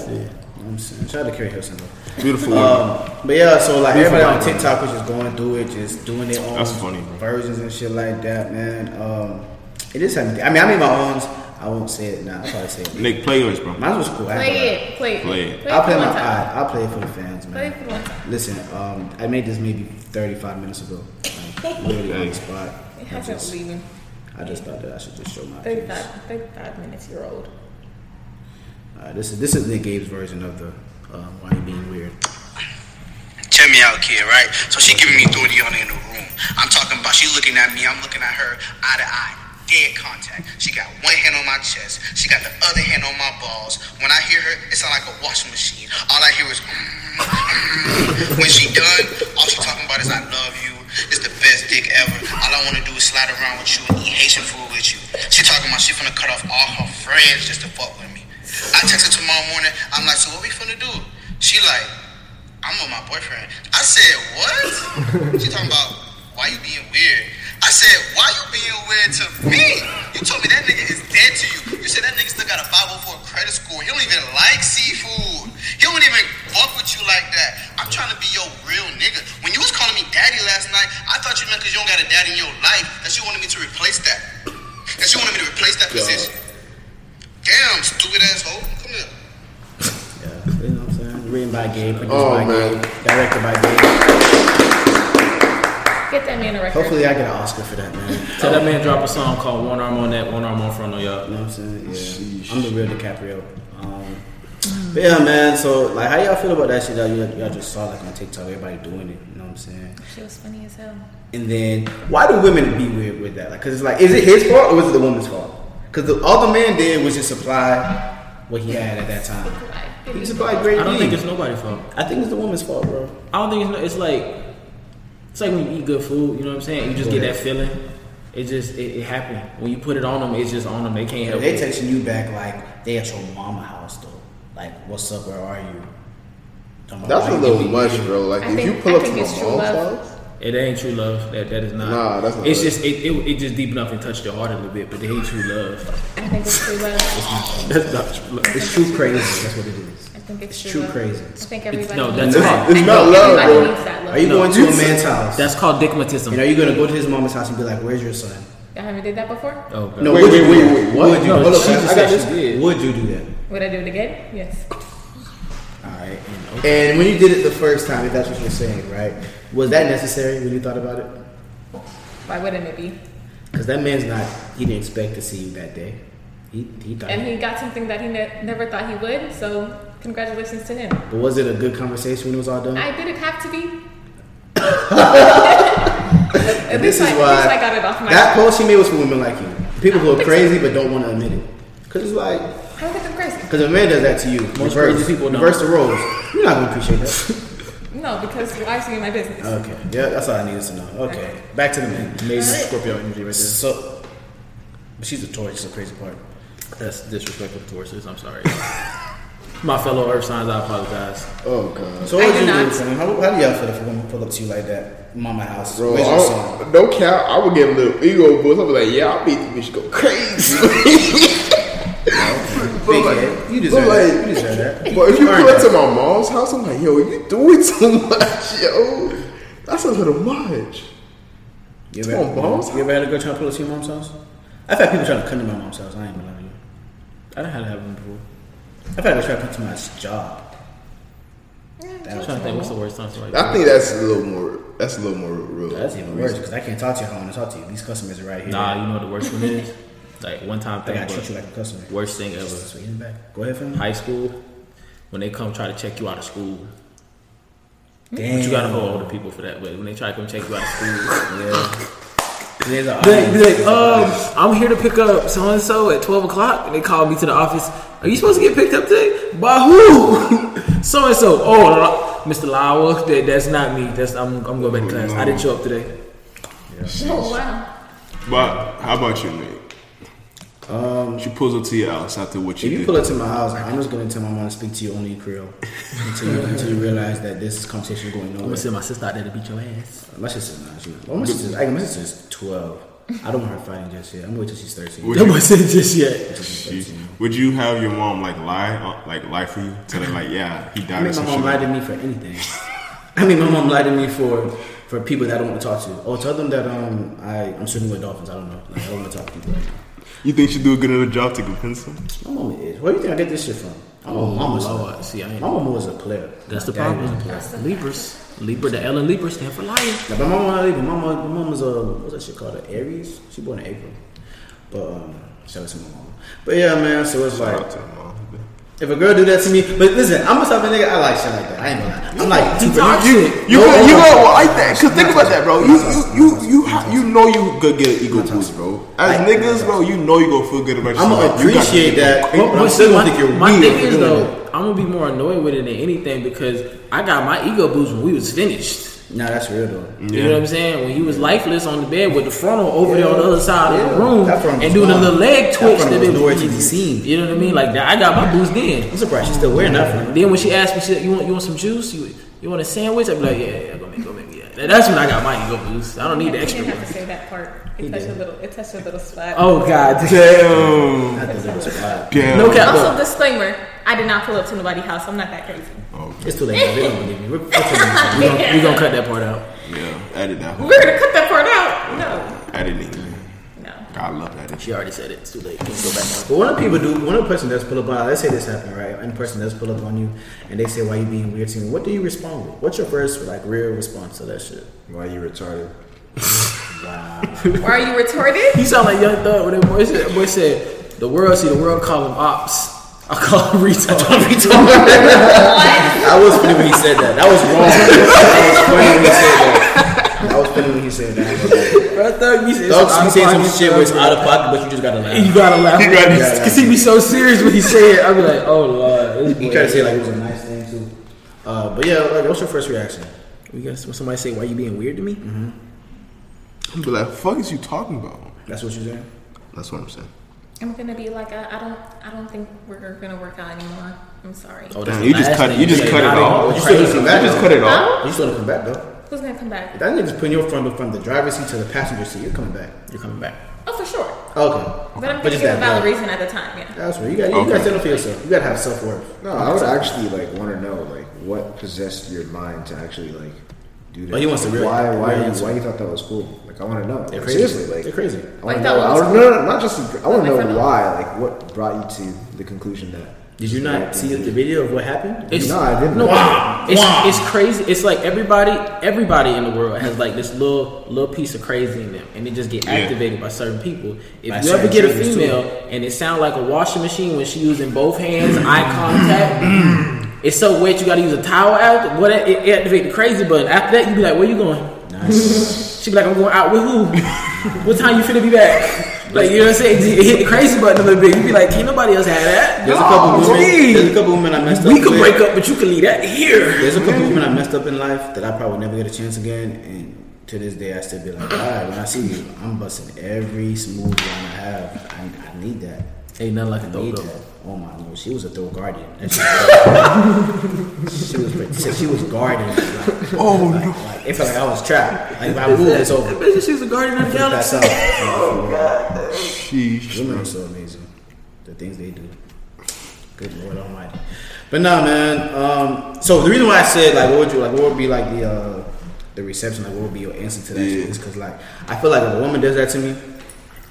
Speaker 1: I'm saying. Shout out to Carrie Hilson, though.
Speaker 3: Beautiful.
Speaker 1: Um, but yeah, so like
Speaker 3: Beautiful
Speaker 1: everybody on
Speaker 3: white
Speaker 1: TikTok was just going through it, just doing their own
Speaker 3: um, That's funny, bro.
Speaker 1: versions and shit like that, man. Um, it is happening. I mean, I made my own. I won't say it now. I'll probably say it.
Speaker 3: Nick, play yours, bro.
Speaker 1: Mine's was cool. I had
Speaker 5: Play
Speaker 1: one.
Speaker 5: it. Play it.
Speaker 3: Play it.
Speaker 1: I'll play
Speaker 5: for
Speaker 1: my
Speaker 5: one time.
Speaker 1: eye. I'll play it for the fans, man.
Speaker 5: Play it for one time.
Speaker 1: Listen, um, I made this maybe 35 minutes ago. Like, literally on
Speaker 3: Hey.
Speaker 1: the spot.
Speaker 5: It
Speaker 1: I
Speaker 5: hasn't
Speaker 1: just,
Speaker 5: leaving.
Speaker 1: I just thought that I should just show my face.
Speaker 5: 35, 35 minutes. You're old.
Speaker 1: Uh, this is this is Nick Gabe's version of the um, why you being weird.
Speaker 7: Check me out, kid, right? So she giving me dirty on in the room. I'm talking about she looking at me, I'm looking at her eye to eye. Dead contact. She got one hand on my chest. She got the other hand on my balls. When I hear her, it sounds like a washing machine. All I hear is mm, mm. when she done, all she talking about is I love you. It's the best dick ever. All I wanna do is slide around with you and eat Haitian food with you. She talking about she finna cut off all her friends just to fuck with me. I text her tomorrow morning, I'm like, so what we finna do? She like, I'm with my boyfriend. I said, what? She talking about why you being weird. I said, why you being weird to me? You told me that nigga is dead to you. You said that nigga still got a 504 credit score. He don't even like seafood. He don't even fuck with you like that. I'm trying to be your real nigga. When you was calling me daddy last night, I thought you meant because you don't got a daddy in your life that you wanted me to replace that. That you wanted me to replace that position. Damn, stupid asshole. Come
Speaker 1: Yeah,
Speaker 7: here.
Speaker 1: you know what I'm saying. Written by Gabe, produced
Speaker 3: Oh,
Speaker 1: by
Speaker 3: man.
Speaker 1: Gabe, directed by Gabe.
Speaker 5: Get that man a record.
Speaker 1: Hopefully, I get an Oscar for that, man. You
Speaker 4: Tell that man drop a song called One Arm on That, One Arm on Front on Y'all.
Speaker 1: know what I'm saying? Yeah, I'm the real DiCaprio. Um, but yeah, man. So like, how y'all feel about that shit that you y'all just saw like on TikTok? Everybody doing it. You know what I'm saying?
Speaker 5: She was funny as hell.
Speaker 1: And then why do women be weird with that? Like, cause it's like, is it his fault or was it the woman's fault? Cause the, all the man did was just supply what he had at that time. He supplied great.
Speaker 4: I don't think
Speaker 1: needs.
Speaker 4: it's nobody's fault.
Speaker 1: I think it's the woman's fault, bro.
Speaker 4: I don't think it's no, it's like it's like when you eat good food, you know what I'm saying? You just get that feeling. It just it, it happened. When you put it on them, it's just on them. They can't help
Speaker 1: They
Speaker 4: it.
Speaker 1: texting you back like they at your mama house though. Like, what's up? Where are you? Talking about
Speaker 3: That's
Speaker 1: why
Speaker 3: a
Speaker 1: you
Speaker 3: little
Speaker 1: leave.
Speaker 3: much, bro. Like,
Speaker 5: I
Speaker 3: if
Speaker 5: think-
Speaker 3: you pull
Speaker 5: I
Speaker 3: up to
Speaker 5: think
Speaker 3: my
Speaker 5: it's
Speaker 3: mom's
Speaker 5: true love.
Speaker 3: house,
Speaker 4: It ain't true love. That that is not.
Speaker 3: Nah, that's not
Speaker 4: It's
Speaker 3: love.
Speaker 4: just it, it it just deep enough and touched your heart a little bit, but it ain't true love.
Speaker 5: I think it's true love.
Speaker 4: That's not true love.
Speaker 1: It's true crazy. That's what it is.
Speaker 5: I think
Speaker 1: It's
Speaker 5: it's true
Speaker 1: true
Speaker 5: love.
Speaker 1: crazy.
Speaker 5: I think everybody.
Speaker 4: no,
Speaker 5: needs
Speaker 4: that's not-
Speaker 5: that.
Speaker 3: it's
Speaker 5: I
Speaker 3: not
Speaker 5: think
Speaker 3: love,
Speaker 5: everybody
Speaker 3: bro.
Speaker 5: needs that love.
Speaker 1: Are you
Speaker 4: No.
Speaker 1: going to a man's house?
Speaker 4: That's called dickmatism.
Speaker 1: and are you gonna go to his mama's house and be like, "Where's your son?"
Speaker 5: Y'all haven't did that before?
Speaker 4: oh god.
Speaker 1: No,
Speaker 3: Wait,
Speaker 1: would
Speaker 3: wait,
Speaker 1: you
Speaker 3: wait,
Speaker 1: do
Speaker 3: wait,
Speaker 1: that?
Speaker 3: what?
Speaker 1: Would you?
Speaker 4: No,
Speaker 1: hold up,
Speaker 4: she just
Speaker 1: I got
Speaker 4: said
Speaker 1: this.
Speaker 4: she did.
Speaker 1: Would you do that?
Speaker 5: Would I do it again? Yes.
Speaker 1: All right. And, and when you did it the first time, if that's what you're saying, right? Was that necessary when you thought about it?
Speaker 5: Why wouldn't it be?
Speaker 1: Because that man's not. He didn't expect to see you that day. He, he thought.
Speaker 5: and he got something that he ne- never thought he would. So congratulations to him.
Speaker 1: but was it a good conversation when it was all done?
Speaker 5: I didn't have to be. at,
Speaker 1: This is
Speaker 5: least I, at
Speaker 1: why
Speaker 5: least I got it off my.
Speaker 1: that post he made was for women like you, people who are crazy but don't want to admit it. Cause it's like,
Speaker 5: I don't think I'm crazy.
Speaker 1: cause if a man does that to you, most
Speaker 6: crazy people don't.
Speaker 1: Reverse the roles. You're not gonna appreciate that.
Speaker 5: No, because why is he in my business?
Speaker 1: Okay. Yeah, that's all I needed to know. Okay. Back to the man.
Speaker 6: Amazing Scorpio energy right there.
Speaker 1: So, but she's a Taurus. It's a crazy part.
Speaker 4: That's disrespectful to horses. I'm sorry. My fellow earth signs, I apologize.
Speaker 3: Oh god.
Speaker 1: So
Speaker 5: I
Speaker 1: what
Speaker 5: do
Speaker 1: did you do
Speaker 5: not.
Speaker 1: for him? How, how do y'all feel if a woman pull up to you like that, mama house?
Speaker 3: Bro,
Speaker 1: Where's your
Speaker 3: I
Speaker 1: son?
Speaker 3: don't- no cap, I would get a little ego boost. I'd be like, yeah, I made this bitch go crazy. but
Speaker 1: Big
Speaker 3: like,
Speaker 1: head. You deserve
Speaker 3: but
Speaker 1: that.
Speaker 3: like-
Speaker 1: You deserve that.
Speaker 3: But if you
Speaker 1: earned
Speaker 3: pull up
Speaker 1: that.
Speaker 3: to my mom's house, I'm like, yo, you doing too much, yo. That's a little much.
Speaker 1: You
Speaker 3: Come on, boss.
Speaker 1: You ever had a girl trying to pull up to your mom's house? I've had people trying to come to my mom's house. I ain't gonna lie to you.
Speaker 4: I didn't have to have them before.
Speaker 1: I've had a girl try to come to my job. That
Speaker 4: I'm
Speaker 1: was
Speaker 4: trying to think what's the worst time to like
Speaker 3: I think that's a little more. That's a little more real.
Speaker 1: That's even worse because I can't talk to you how I want to talk to you. These customers are right here.
Speaker 4: Nah, you know what the worst one is? Like one time
Speaker 1: I
Speaker 4: thing,
Speaker 1: gotta treat
Speaker 4: but
Speaker 1: you like a customer.
Speaker 4: worst thing ever.
Speaker 1: So he's back. Go ahead, fam.
Speaker 4: High school, when they come try to check you out of school.
Speaker 1: Damn.
Speaker 4: You gotta hold older people for that, but when they try to come check you out of school,
Speaker 1: There's a
Speaker 4: they be like, um, I'm here to pick up so and so at 12 o'clock. And they called me to the office. Are you supposed to get picked up today? By who? so and so. Oh, La- Mr. Lawa, that, that's not me. That's I'm, I'm going back to class. I didn't show up today.
Speaker 5: Oh wow.
Speaker 3: But how about you, Nick? Um, she pulls up to your house after what
Speaker 1: If
Speaker 3: you,
Speaker 1: you
Speaker 3: did.
Speaker 1: pull up to my house, I'm just gonna tell my mom to speak to you only in Creole until you, until you realize that this conversation is going
Speaker 4: I'm
Speaker 1: nowhere.
Speaker 4: gonna send my sister out there to beat your ass.
Speaker 1: My sister's not. She's not. Well, my sister's. I, my sister's twelve. I don't want her fighting just yet. I'm gonna wait till she's thirteen.
Speaker 3: Would
Speaker 4: That
Speaker 3: you,
Speaker 4: boy said just yet.
Speaker 3: she- would you have your mom like lie, uh, like lie for you, tell her like, yeah, he
Speaker 1: I
Speaker 3: died or
Speaker 1: mean, my
Speaker 3: some
Speaker 1: mom lied
Speaker 3: shit.
Speaker 1: to me for anything. I mean, my mom lied to me for for people that I don't want to talk to. Oh, tell them that um I I'm swimming with dolphins. I don't know. Like, I don't want to talk to people. Right now.
Speaker 3: You think she do a good enough job to convince him?
Speaker 1: My mom is. Where do you think I get this shit from? I'm a mama.
Speaker 4: Oh, Lord, see, I ain't-
Speaker 1: my mama was a player.
Speaker 4: That's
Speaker 1: My
Speaker 4: the
Speaker 1: daddy was
Speaker 4: problem.
Speaker 1: a player.
Speaker 4: Libras, Libra, the L and Libra stand for liar.
Speaker 1: Now, my mom not even. My mom, my mom was a what's that shit called? An Aries. She born in April. But um, shout out to my mom. But yeah, man. So it's
Speaker 3: Shout
Speaker 1: like
Speaker 3: out to her mom.
Speaker 1: if a girl do that to me, but listen, I'm a type of nigga. I like shit like that. I ain't gonna. lie. I'm like
Speaker 4: You
Speaker 1: super.
Speaker 4: toxic.
Speaker 3: You could, you gonna like that? Cause think about that, bro. You you you you, ha- you know you could get an ego boost, bro. As niggas, bro, you know you gonna feel good about
Speaker 1: I'm
Speaker 3: yourself.
Speaker 1: gonna
Speaker 3: You got to
Speaker 1: appreciate
Speaker 3: get-
Speaker 1: that. But,
Speaker 4: But
Speaker 1: I'm still
Speaker 4: see,
Speaker 1: gonna think you're
Speaker 4: my
Speaker 1: weird.
Speaker 4: thing
Speaker 1: for
Speaker 4: is
Speaker 1: doing
Speaker 4: though,
Speaker 1: that.
Speaker 4: I'm gonna be more annoyed with it than anything because I got my ego boost when we was finished.
Speaker 1: Nah, that's real though.
Speaker 4: You know what I'm saying? When he was lifeless on the bed with the frontal over there on the other side of the
Speaker 1: Yeah.
Speaker 4: room
Speaker 1: That frontal
Speaker 4: and doing a
Speaker 1: was
Speaker 4: little
Speaker 1: gone.
Speaker 4: leg
Speaker 1: That
Speaker 4: twitch
Speaker 1: frontal
Speaker 4: that
Speaker 1: was
Speaker 4: it-
Speaker 1: nowhere to be seen.
Speaker 4: You know what I mean? Like that, I got my boost then.
Speaker 1: I'm surprised she's still wearing that for me.
Speaker 4: Then when she asked me, she said, "You want you want some juice? You you want a sandwich?" I'd be like, "Yeah, yeah, go make, go make, yeah." That- That's when I got my ego boost. I don't need the
Speaker 5: You
Speaker 4: extra
Speaker 5: didn't have
Speaker 4: one.
Speaker 5: to say that part. It touched a little. It touched a little spot.
Speaker 4: Oh God,
Speaker 3: Damn, damn.
Speaker 4: no cap.
Speaker 5: Also,
Speaker 4: though.
Speaker 5: disclaimer: I did not pull up to nobody's house. I'm not that crazy.
Speaker 1: It's too late. They don't believe me. We're, we're too
Speaker 4: We gonna, we gonna cut that part out.
Speaker 3: Yeah, edit that. whole-
Speaker 5: We're gonna cut that part out.
Speaker 3: Edit it. man.
Speaker 5: No, no.
Speaker 3: I love that.
Speaker 4: She already said it. It's too late. Let's go back.
Speaker 1: But when a people do, when a person does pull up on, let's say this happened, right? And a person does pull up on you, and they say, "Why you being weird to me?" What do you respond with? What's your first like real response to that shit?
Speaker 2: Why you retarded?
Speaker 5: Or are you retarded?
Speaker 4: You sound like Young Thug when that boy said, that boy said the world see the world call him ops. I call him retard.
Speaker 1: I was funny when he said that. That was wrong. that was funny when he said that. That was funny when he said that.
Speaker 4: Bro, Thug, you said
Speaker 1: Dogs, you saying some shit where it's out of pocket, but you just gotta laugh.
Speaker 4: You gotta laugh.
Speaker 3: You gotta-
Speaker 4: Cause he be so serious when he say it. I be like, oh lord. this
Speaker 1: You
Speaker 4: boy-
Speaker 1: try to say like it was a nice thing too. Uh, but yeah, like, what's your first reaction?
Speaker 4: We got when somebody say, why you being weird to me?
Speaker 1: Mm-hmm.
Speaker 3: I'm be like, fuck is you talking about?
Speaker 1: That's what you're saying.
Speaker 3: That's what I'm saying.
Speaker 5: I'm gonna be like, uh, I, I don't, I don't think we're gonna work out anymore. I'm sorry.
Speaker 4: Oh,
Speaker 3: Damn, you just cut. You just cut it off. You
Speaker 1: Crazy.
Speaker 3: just you just cut it off.
Speaker 5: Huh?
Speaker 1: You still gonna come back though?
Speaker 5: Who's gonna come back?
Speaker 1: If that nigga's putting your frontal from the driver's seat to the passenger seat. You're coming back.
Speaker 4: You're coming back.
Speaker 5: Oh, for sure.
Speaker 1: Okay.
Speaker 5: But I'm
Speaker 1: But just
Speaker 5: thinking
Speaker 1: that
Speaker 5: of valid
Speaker 1: vibe.
Speaker 5: reason at the time. Yeah.
Speaker 1: That's right. You got. You
Speaker 3: Okay.
Speaker 1: got to stand up for yourself. You gotta have self worth.
Speaker 2: No, I would actually like want to know like what possessed your mind to actually like do that.
Speaker 1: Oh, he wants to really-
Speaker 2: why why
Speaker 1: really
Speaker 2: you,
Speaker 1: answer.
Speaker 2: why you thought that was cool? Like I want to know.
Speaker 1: They're
Speaker 2: Like,
Speaker 1: crazy.
Speaker 2: seriously, like
Speaker 1: They're crazy.
Speaker 2: I want
Speaker 5: Like,
Speaker 2: to
Speaker 5: that
Speaker 2: know. I
Speaker 5: was
Speaker 2: wanna- no, no, no, not just. I want
Speaker 5: Like,
Speaker 2: to
Speaker 5: for
Speaker 2: know
Speaker 5: now.
Speaker 2: why. Like what brought you to the conclusion that
Speaker 1: Did you not see the video of what happened?
Speaker 4: It's,
Speaker 2: No, I didn't.
Speaker 4: No,
Speaker 2: Wow.
Speaker 4: it's, it's crazy. It's like everybody, everybody in the world has like this little little piece of crazy in them, and they just get activated by certain people. If
Speaker 1: By
Speaker 4: you ever
Speaker 1: certain
Speaker 4: get a
Speaker 1: triggers, too.
Speaker 4: female and it sound like a washing machine when she using both hands, eye contact, it's so wet you got to use a towel out. What it, it activate the crazy button. After that, you be like, where you going? Nice. She be like, I'm going out with who? what time you finna be back? Like you know what I'm saying? It hit the crazy button a little bit. You be like, can't nobody else have that.
Speaker 1: There's a couple
Speaker 4: Golly.
Speaker 1: women. There's a couple women I messed up.
Speaker 4: We could
Speaker 1: with.
Speaker 4: break up, but you could leave that here.
Speaker 1: There's a couple women I messed up in life that I probably never get a chance again, and to this day I still be like, all right, when I see you, I'm busting every smooth line I have. I, I need that.
Speaker 4: Ain't nothing like a
Speaker 1: I
Speaker 4: dope
Speaker 1: need
Speaker 4: though.
Speaker 1: that. Oh my lord, she was a throw guardian. That shit- she was, pretty- she was guarding. oh like, no! Like, it felt like I was trapped. Like if I move, it's over.
Speaker 4: Bitch, she's a guardian of the
Speaker 1: That's
Speaker 4: galaxy.
Speaker 1: out. Oh.
Speaker 3: Sheesh.
Speaker 1: Women are so amazing. The things they do. Good Lord Almighty. But nah, man. Um, so the reason why I said like, what would you like? What would be like the uh, the reception? Like, what would be your answer to that?
Speaker 3: Yeah.
Speaker 1: Shit? Is because like I feel like if a woman does that to me,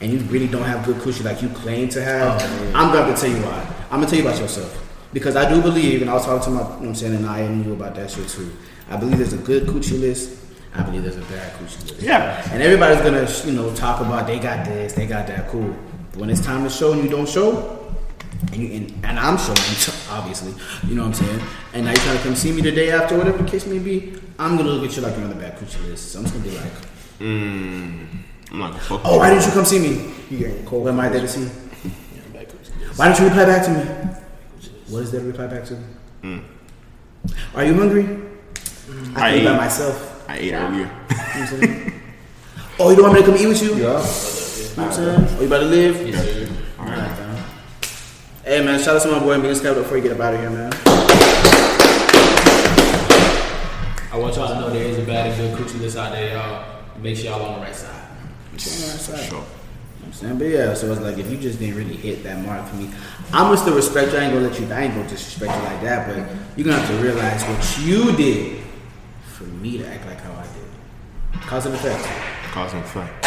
Speaker 1: and you really don't have good coochie like you claim to
Speaker 3: Oh,
Speaker 1: have, I'm gonna tell you why. I'm gonna tell you about yourself because I do believe, and I was talking to my, you know what I'm saying, and I am you about that shit too. I believe there's a good coochie list. I believe there's a bad coochie list.
Speaker 3: Yeah.
Speaker 1: And everybody's gonna, you know, talk about they got this, they got that, cool. But when it's time to show and you don't show, and you and, and I'm showing, obviously, you know what I'm saying. And now you're trying to come see me the day after, whatever the case may be. I'm gonna look at you like you're on the back coochie list. So I'm just gonna be like,
Speaker 3: I'm not gonna fuck
Speaker 1: oh,
Speaker 3: with
Speaker 1: why didn't you come see me? You're cold. What am I there to see? Why don't you reply back to me? What is there to reply back to? Are you hungry? I,
Speaker 3: I
Speaker 1: eat by
Speaker 3: ate.
Speaker 1: myself.
Speaker 3: you. I ate earlier.
Speaker 1: You know what I'm saying? oh, you don't want me to come eat with you?
Speaker 2: Yeah.
Speaker 1: You know what I'm saying? Oh, you about to live? Alright, man. Hey, man, shout out to my boy Megan Scott before you get up out of here, man.
Speaker 4: I want y'all to know there is a bad and good coochie list out there, y'all. Make sure y'all on the right side.
Speaker 3: For sure.
Speaker 1: I'm saying, but yeah, so it's like if you just didn't really hit that mark for me, I'm gonna still respect you. I ain't gonna let you. I ain't gonna disrespect you like that. But you're gonna have to realize what you did for me to act like how I did. Cause and effect.
Speaker 3: Cause and effect.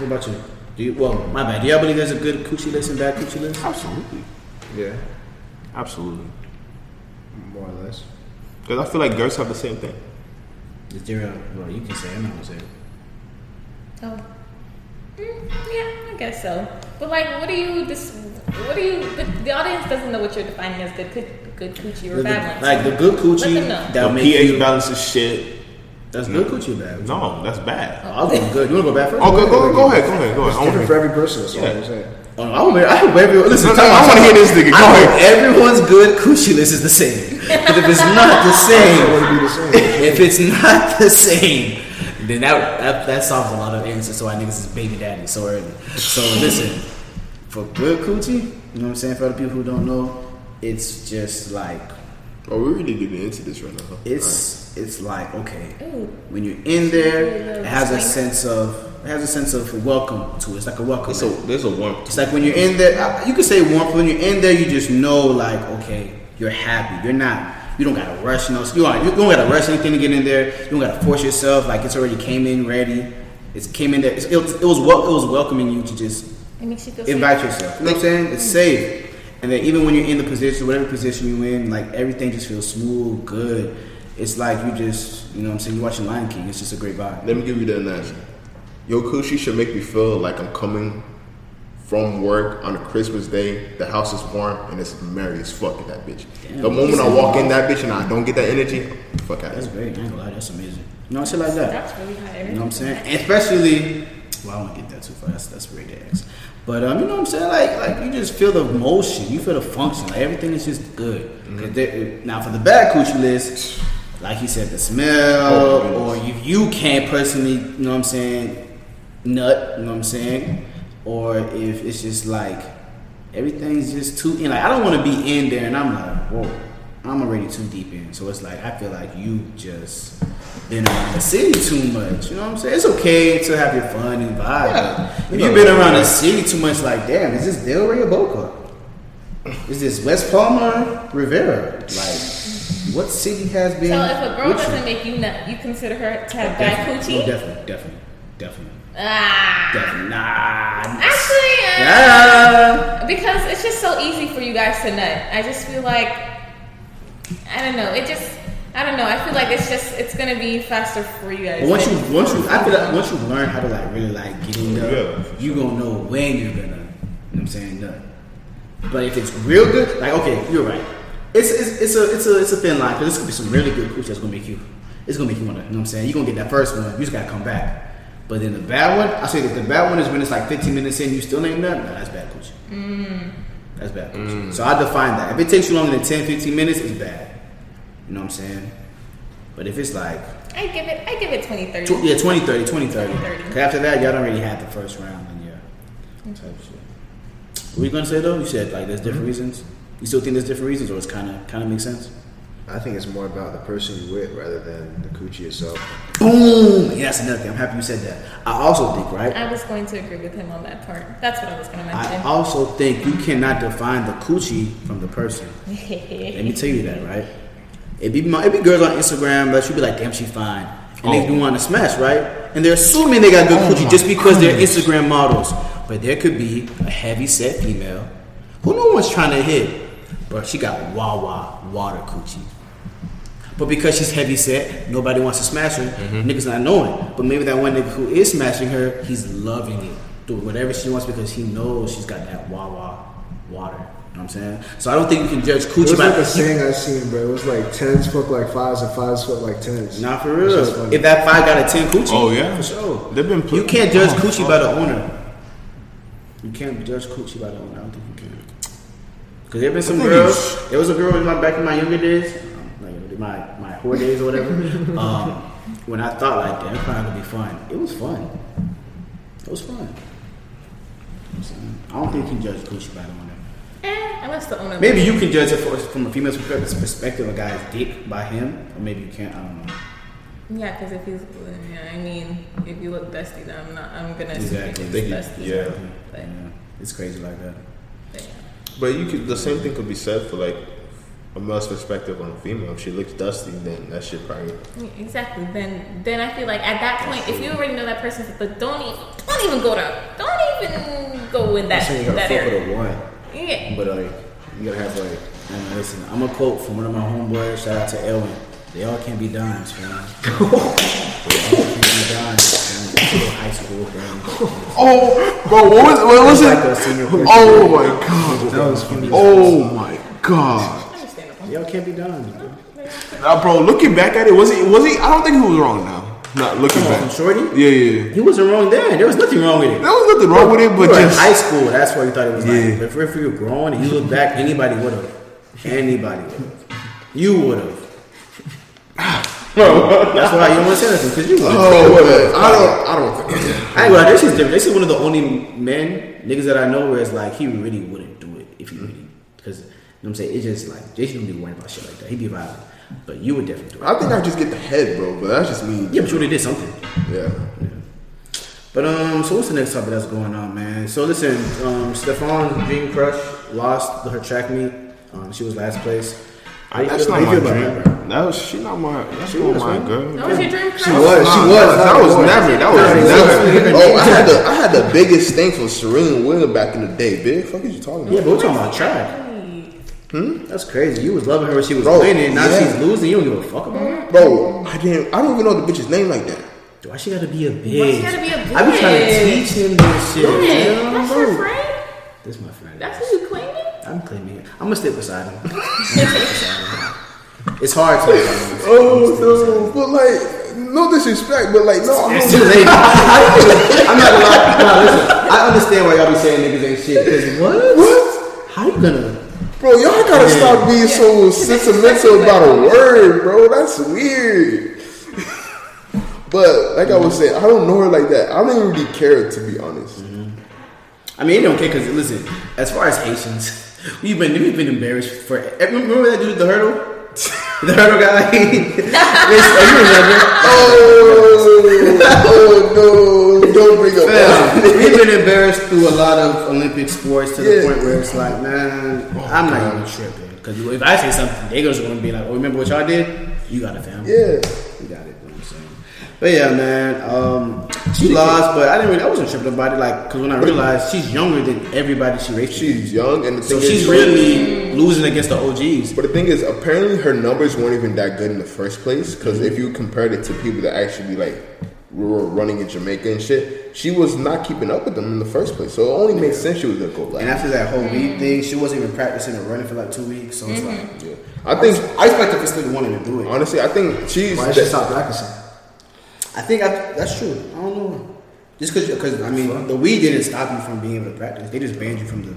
Speaker 1: What about you? Do you? Well, my bad. Do y'all believe there's a good coochie list and bad coochie list?
Speaker 3: Absolutely.
Speaker 2: Yeah.
Speaker 3: Absolutely.
Speaker 2: More or less.
Speaker 3: Because I feel like girls have the same thing.
Speaker 1: Is there a? Well, you can say. it, I'm not gonna say. it.
Speaker 5: Oh. Mm, yeah, I guess so. But like, what do you? Dis- what do you? The, the audience doesn't know what you're defining as good, good, good coochie or bad ones.
Speaker 1: Like the good
Speaker 5: Let
Speaker 1: coochie
Speaker 5: them know.
Speaker 1: that'll
Speaker 3: The
Speaker 1: make
Speaker 3: pH
Speaker 1: you.
Speaker 3: balances shit.
Speaker 1: That's good coochie bad.
Speaker 3: No, that's bad.
Speaker 1: I'll go good. You wanna go bad first?
Speaker 3: Oh, go, go, go ahead, go ahead, go ahead. I
Speaker 2: It's
Speaker 3: wanna
Speaker 2: different
Speaker 3: hear-
Speaker 2: for every person. That's all I'm
Speaker 3: Yeah.
Speaker 2: saying.
Speaker 1: Oh, no, I hope every- I hope everyone. Listen,
Speaker 3: No, no,
Speaker 1: time
Speaker 3: I
Speaker 1: out,
Speaker 3: wanna
Speaker 1: time
Speaker 3: hear
Speaker 1: out.
Speaker 3: this nigga. Go
Speaker 1: I hope
Speaker 3: ahead.
Speaker 1: everyone's good coochie list is the same. Because if it's not the
Speaker 2: It
Speaker 1: same,
Speaker 2: would be the same.
Speaker 1: if it's not the same, then that that, that solves a lot of answers. So why niggas is baby daddy so early. So listen, for good coochie, you know what I'm saying. For the people who don't know, it's just like
Speaker 3: Oh, we really getting into this right now. huh?
Speaker 1: it's it's like okay,
Speaker 5: Ooh.
Speaker 1: when you're in there, it has a sense of it has a sense of welcome to it. It's like a welcome.
Speaker 3: It's a, there's a warmth.
Speaker 1: It's like when you're in there, I- you can say warmth. but When you're in there, you just know, like, okay, you're happy. You're not. You don't gotta rush no. You don't, you don't gotta rush anything to get in there. You don't gotta force yourself. Like it's already came in ready. It's came in there. It's, it, was- it was wel- it was welcoming you to just
Speaker 5: it makes you feel.
Speaker 1: invite yourself. You know what I'm saying? It's safe. And then even when you're in the position, whatever position you're in, like everything just feels smooth, good. It's like you just, you know what I'm saying? You're watching Lion King. It's just a great vibe.
Speaker 3: Let me give you the analogy. Your coochie should make me feel like I'm coming from work on a Christmas day. The house is warm and it's merry as fuck in that bitch. the moment I walk in that bitch and I don't get that energy, fuck out.
Speaker 1: That's great. I ain't gonna lie. That's amazing. You know, shit like that.
Speaker 5: That's really high.
Speaker 1: You know what I'm saying? And Especially, well, I don't get that too far. That's, that's rated X. But um, you know what I'm saying? Like, like you just feel the motion. You feel the function. Like everything is just good. 'Cause there- Now for the bad coochie list, like he said, the smell, or you you can't personally, you know what I'm saying, nut. You know what I'm saying? Or if it's just like everything's just too in. Like I don't want to be in there, and I'm like, whoa. I'm already too deep in, so it's like I feel like you just been around the city too much. You know what I'm saying? It's okay to have your fun and vibe. If you've been around the city too much, like damn, is this Delray or Boca? Is this West Palmer, Rivera? Like, what city has been?
Speaker 5: So if a girl
Speaker 1: with you?
Speaker 5: doesn't make you nut, you consider her to have bad
Speaker 1: definitely,
Speaker 5: coochie?
Speaker 1: no, definitely, definitely, definitely,
Speaker 5: ah.
Speaker 1: definitely. Nah,
Speaker 5: Actually, uh,
Speaker 1: nah.
Speaker 5: because it's just so easy for you guys to nut. I just feel like I don't know. It just I don't know. I feel like it's just it's gonna be faster for you guys.
Speaker 1: But once you once you I feel like once you learn how to like really like get in there,
Speaker 3: Yeah.
Speaker 1: you gonna know when you're gonna. You know what I'm saying nut. But if it's real good, like okay, you're right. It's it's, it's a it's a it's a thin line because there's gonna be some really good cooch that's gonna make you. It's gonna make you wanna. You know what I'm saying? You are gonna get that first one. You just gotta come back. But then the bad one, I say that the bad one is when it's like 15 minutes in, you still ain't nothing. Nah, that's bad cooch. That's bad cooch. So I define that. If it takes you longer than 10, 15 minutes, it's bad. You know what I'm saying? But if it's like
Speaker 5: I give it I give it 20, 30.
Speaker 1: Tw- yeah, 20 30, 20 30.
Speaker 5: 20-30.
Speaker 1: 'Cause after that, y'all don't really have the first round and yeah, type of shit. What were you gonna say though? You said like there's different reasons. You still think there's different reasons, or it's kind of kind of makes sense?
Speaker 2: I think it's more about the person you're with rather than the coochie itself.
Speaker 1: Boom! Yeah, that's another thing. I'm happy you said that. I also think right.
Speaker 5: I was going to agree with him on that part. That's what I was gonna
Speaker 1: I
Speaker 5: mention.
Speaker 1: also think you cannot define the coochie from the person. Let me tell you that, right? It be my, it be girls on Instagram that you be like, damn, she fine, and they
Speaker 3: Oh.
Speaker 1: do want to smash, right? And they're assuming they got good
Speaker 2: Oh
Speaker 1: coochie just because they're Instagram models, but there could be a heavy set female who no one's trying to hit, but she got wah wah water coochie. But because she's heavy set, nobody wants to smash her.
Speaker 2: Mm-hmm.
Speaker 1: Niggas not knowing. But maybe that one nigga who is smashing her, he's loving it. Do whatever she wants because he knows she's got that wah wah water. You know what I'm saying? So I don't think you can judge
Speaker 2: It
Speaker 1: coochie
Speaker 2: was
Speaker 1: by
Speaker 2: like a saying I seen, bro. It was like tens fuck like fives and fives fuck like tens.
Speaker 1: Not for
Speaker 2: It's just
Speaker 1: real.
Speaker 2: funny.
Speaker 1: If that five got a ten coochie,
Speaker 3: Oh, yeah.
Speaker 1: for sure.
Speaker 3: They've been put-
Speaker 1: you can't judge
Speaker 3: Oh,
Speaker 1: coochie
Speaker 3: oh.
Speaker 1: by the owner. You can't judge coochie by the owner. I don't think you can. Cause there been some
Speaker 3: think
Speaker 1: girls. There was a girl in my back in my younger days, um, like my my whore days or whatever. um, when I thought like that, it's probably gonna be fun. It was fun. It was fun. You know what I'm saying? I don't think you can judge coochie by the owner.
Speaker 5: Eh, unless the owner
Speaker 1: Maybe you can judge it for, from a female's perspective, a guy's dick by him, or maybe you can't. I don't know.
Speaker 5: Yeah, because if he's yeah, I mean, if you look dusty, then I'm not I'm gonna
Speaker 1: Exactly.
Speaker 5: assume
Speaker 3: Thank
Speaker 5: it's
Speaker 3: you.
Speaker 5: dusty.
Speaker 3: Yeah.
Speaker 5: But,
Speaker 1: Yeah, it's crazy like that.
Speaker 5: but yeah.
Speaker 3: But you could the same thing could be said for like a male's perspective on a female. If she looks dusty, then that shit probably.
Speaker 5: Exactly. Then, then I feel like at that point, if you already know that person, but don't
Speaker 8: e,
Speaker 5: even, don't even go there. Don't even go in
Speaker 2: I'm
Speaker 5: that
Speaker 2: saying you gotta
Speaker 5: that
Speaker 2: fuck
Speaker 5: area.
Speaker 2: with a one,
Speaker 5: Yeah.
Speaker 2: but like you gotta have like
Speaker 1: And listen, I'm a quote from one of my homeboys. Shout out to Elwin. They all can't be dimes, man. they all can't be dimes, man. It's a little high school, man.
Speaker 3: Oh, bro, what was what was
Speaker 1: Like a senior person.
Speaker 3: Oh my god!
Speaker 2: that was funny.
Speaker 3: Oh my god!
Speaker 5: Understandable.
Speaker 1: They all can't be dimes, bro.
Speaker 3: Now, bro, looking back at it, was he was he? I don't think he was wrong. Now, not looking
Speaker 1: Come on,
Speaker 3: back.
Speaker 1: from Shorty?
Speaker 3: Yeah, yeah. yeah.
Speaker 1: He wasn't wrong then. There was nothing wrong with it.
Speaker 3: There was nothing wrong with it,
Speaker 1: We
Speaker 3: but
Speaker 1: were in
Speaker 3: just
Speaker 1: high school, that's why you thought it was
Speaker 3: Yeah.
Speaker 1: like. But if, if you were grown and you look back, anybody would have. Anybody would have. You would have. that's why you don't want to say nothing, because
Speaker 3: Oh,
Speaker 1: you would have.
Speaker 3: I don't, I don't think.
Speaker 1: I ain't gonna lie, this is different. This is one of the only men, niggas that I know where it's like he really wouldn't do it if he
Speaker 3: Mm-hmm.
Speaker 1: really because you know what I'm saying it's just like Jason don't be worried about shit like that. He'd be violent. But you would definitely do it.
Speaker 3: I think I just get the head, bro. But that's just me.
Speaker 1: Yeah, but you would have did something.
Speaker 3: Yeah.
Speaker 1: But um, so what's the next topic that's going on, man? So listen, um, Stefan's dream crush lost her track meet. Um, she was last place. How you
Speaker 3: That's
Speaker 1: feel-
Speaker 3: not
Speaker 1: how
Speaker 3: my
Speaker 1: you feel about that?
Speaker 3: dream. That was she not my. That's not my girl.
Speaker 5: That was your dream
Speaker 2: She
Speaker 5: crush.
Speaker 2: was, she
Speaker 3: Nah,
Speaker 2: was.
Speaker 3: That
Speaker 2: not
Speaker 3: was
Speaker 2: born.
Speaker 3: never. That was
Speaker 2: Sorry.
Speaker 3: never. Oh, I had the I had the biggest thing for Serena Williams back in the day. Big fuck is you talking
Speaker 1: Yeah,
Speaker 3: about?
Speaker 1: but we're talking about track. Hmm? That's crazy. You was loving her when she was
Speaker 3: Bro,
Speaker 1: winning. Now
Speaker 3: yeah.
Speaker 1: she's losing. You don't give a fuck about her.
Speaker 3: Bro, I didn't. I don't even know the bitch's name like that.
Speaker 1: Why she gotta be a bitch?
Speaker 5: Why she gotta be a
Speaker 1: I be trying to
Speaker 5: bitch?
Speaker 1: teach him this shit.
Speaker 5: Yeah,
Speaker 1: man.
Speaker 5: That's your friend.
Speaker 1: This my friend.
Speaker 5: That's who you claiming.
Speaker 1: I'm claiming it. I'm gonna stick beside him. I'm gonna stick beside him. It's hard to.
Speaker 3: Oh no, but like no disrespect, but like no,
Speaker 1: It's too late. I'm not gonna lie. Nah, listen. I understand why y'all be saying niggas ain't shit. Cause what?
Speaker 3: What?
Speaker 1: How you gonna?
Speaker 3: bro, y'all gotta stop being so sentimental about a word, bro. That's weird. But like I was saying, I don't know her like that. I don't even really care to be honest.
Speaker 1: I mean, it don't care. Cause listen, as far as Haitians, we've been we've been embarrassed for. eh, Remember that dude, the hurdle. The hurdle guy. Listen, you remember?
Speaker 3: Oh, oh no, don't bring up. that.
Speaker 1: We've been embarrassed through a lot of Olympic sports to the
Speaker 3: Yeah.
Speaker 1: point where it's like, man, I'm not even tripping. Because if I say something, they girls are going to be like, oh, remember what y'all did? You got it, fam.
Speaker 3: Yeah.
Speaker 1: You got it. You know what I'm saying? But yeah, man, um, she lost, but I didn't. Really, I wasn't tripping about it, like, cause when I realized she's younger than everybody she raced, with.
Speaker 3: She's young, and the
Speaker 1: so
Speaker 3: thing is,
Speaker 1: she's really losing against the OGs.
Speaker 3: But the thing is, apparently her numbers weren't even that good in the first place. Because if you compared it to people that actually like were running in Jamaica and shit, she was not keeping up with them in the first place. So it only makes sense she was gonna go
Speaker 1: And
Speaker 3: black.
Speaker 1: after that whole weed thing, she wasn't even practicing or running for like two weeks. So it's like,
Speaker 3: Yeah. I think
Speaker 1: Mm-hmm. I expected her still wanted to do it.
Speaker 3: honestly, I think she's
Speaker 2: Why did she stop practicing?
Speaker 1: I think I, that's true. I don't know. Just because, because I mean, the weed didn't stop you from being able to practice. They just banned you from the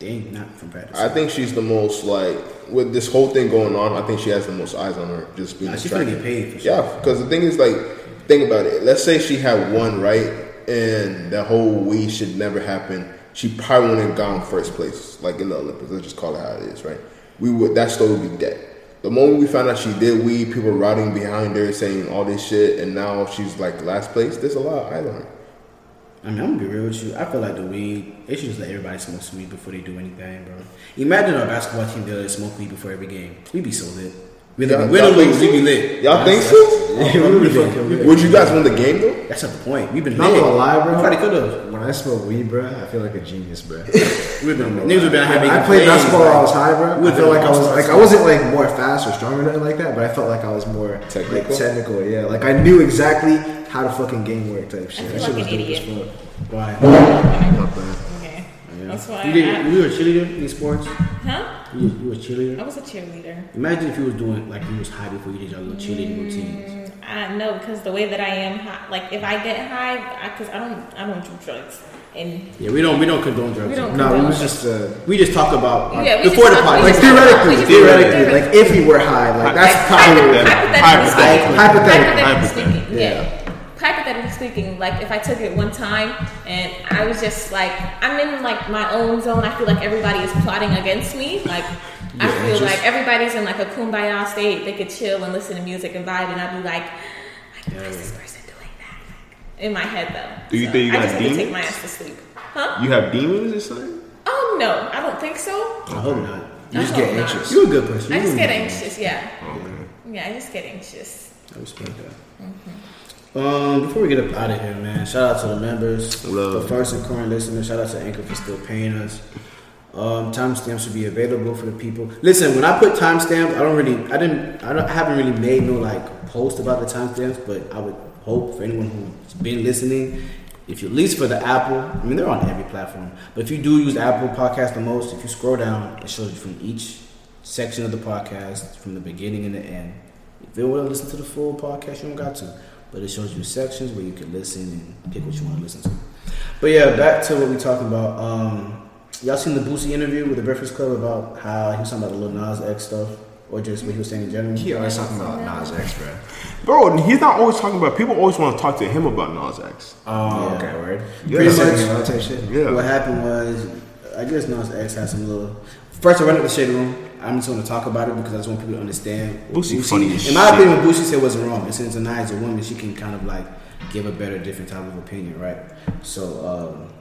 Speaker 1: thing, not from practice.
Speaker 3: I think she's the most like with this whole thing going on. I think she has the most eyes on her, just being.
Speaker 1: Nah, she's
Speaker 3: distracted.
Speaker 1: gonna get paid for sure.
Speaker 3: Yeah, because the thing is, like, think about it. Let's say she had one right, and the whole we should never happen. She probably wouldn't have gone first place, like in the Olympics. Let's just call it how it is, right? We would that story would be dead. The moment we found out she did weed, people were routing behind her, saying all this shit, and now she's like last place. There's a lot of eyes on her.
Speaker 1: I mean, I'm gonna be real with you. I feel like the weed, they should just let everybody smoke some weed before they do anything, bro. Imagine our basketball team that smoke weed before every game. We'd be so lit. We'd
Speaker 3: Y'all-
Speaker 1: we
Speaker 3: y'all
Speaker 1: don't
Speaker 3: think
Speaker 1: lose,
Speaker 3: so?
Speaker 1: we'd be lit.
Speaker 3: Y'all think so? Would you guys win the game though?
Speaker 1: That's not the point. We've been
Speaker 2: Not
Speaker 1: lit.
Speaker 2: gonna lie, bro.
Speaker 1: We probably could have.
Speaker 2: When I smoke weed, bro, I feel like a genius, bro.
Speaker 1: We've been niggas would've been out here making
Speaker 2: I played
Speaker 1: plays,
Speaker 2: basketball
Speaker 1: like-
Speaker 2: while I was high, bro.
Speaker 1: With
Speaker 2: I felt
Speaker 1: the
Speaker 2: like I was
Speaker 1: all-stars.
Speaker 2: like I wasn't like more fast or strong or nothing like that, but I felt like I was more technical.
Speaker 3: Technical?
Speaker 2: technical, yeah. Like I knew exactly how the fucking game worked type shit.
Speaker 8: I
Speaker 2: That
Speaker 8: feel
Speaker 2: shit
Speaker 8: like
Speaker 2: was
Speaker 8: an
Speaker 2: dope as
Speaker 8: idiot.
Speaker 2: fuck.
Speaker 1: Why?
Speaker 8: Okay. That's why.
Speaker 1: You, did,
Speaker 8: I,
Speaker 1: you were a cheerleader in sports?
Speaker 8: huh?
Speaker 1: You, you were a cheerleader?
Speaker 8: I was a cheerleader.
Speaker 1: Imagine if you was doing like you was high before you did your little cheerleading routines.
Speaker 8: Mm, I know because the way that I am, high, like if I get high, because I, don't, I don't do drugs, and
Speaker 1: Yeah, we don't we don't condone drugs.
Speaker 8: we don't.
Speaker 2: No, it
Speaker 8: condone
Speaker 2: was
Speaker 8: drugs.
Speaker 2: just uh,
Speaker 1: We just talk about
Speaker 8: Yeah, we
Speaker 1: before
Speaker 8: just
Speaker 1: the
Speaker 8: talk-
Speaker 1: podcast.
Speaker 8: we
Speaker 2: like
Speaker 8: just-
Speaker 2: theoretically,
Speaker 8: we just-
Speaker 2: theoretically, like if we were high, like that's probably what happened.
Speaker 8: hypothetically,
Speaker 2: Hypothetically.
Speaker 8: speaking. Hypothetically speaking, yeah. Hypothetically speaking, like if I took it one time and I was just like, I'm in like my own zone. I feel like everybody is plotting against me. Like I feel like everybody's in like a kumbaya state. They could chill and listen to music and vibe, and I'd be like, why is this person doing that? In my head though.
Speaker 3: Do you think you
Speaker 8: I
Speaker 3: got
Speaker 8: just need to take
Speaker 3: demons?
Speaker 8: my ass to sleep? Huh?
Speaker 3: You have demons or something?
Speaker 8: Oh no, I don't think so.
Speaker 1: I hope not.
Speaker 8: You just get anxious.
Speaker 1: You're a good person.
Speaker 8: I
Speaker 1: You
Speaker 8: just
Speaker 1: don't
Speaker 8: get
Speaker 1: need-
Speaker 8: anxious. Yeah.
Speaker 3: Oh,
Speaker 8: Yeah, I just get anxious.
Speaker 1: I respect that. Um, before we get up out of here, man, shout out to the members,
Speaker 3: Love.
Speaker 1: the first and current listeners. Shout out to Anchor for still paying us. Um, timestamps will be available for the people. Listen, when I put timestamps, I don't really, I didn't, I, don't, I haven't really made no like post about the timestamps, but I would hope for anyone who's been listening, if you at least for the Apple, I mean they're on every platform, but if you do use Apple Podcast the most, if you scroll down, it shows you from each section of the podcast from the beginning and the end. If you want to listen to the full podcast, you don't got to. But it shows you sections where you can listen and pick what you want to listen to. But yeah, back to what we talking about. Um, y'all seen the Boosie interview with the Breakfast Club about how he was talking about the Lil Nas X stuff, or just what he was saying in general?
Speaker 2: He always talking about Nas X, bro.
Speaker 3: Bro, he's not always talking about. People always want to talk to him about Nas X.
Speaker 2: Oh,
Speaker 1: Yeah.
Speaker 2: okay, word.
Speaker 3: Yeah.
Speaker 2: Pretty
Speaker 1: Pretty
Speaker 2: much.
Speaker 1: much.
Speaker 2: that type shit.
Speaker 3: Yeah.
Speaker 1: What happened was, I guess Nas X had some little. First, I run up the shade room. I'm just going to talk about it because I just want people to understand. what
Speaker 3: Boosie funny as
Speaker 1: in my
Speaker 3: shit.
Speaker 1: opinion, what Boosie said wasn't wrong. And since Anaya is a woman, she can kind of like give a better, different type of opinion, right? So, um,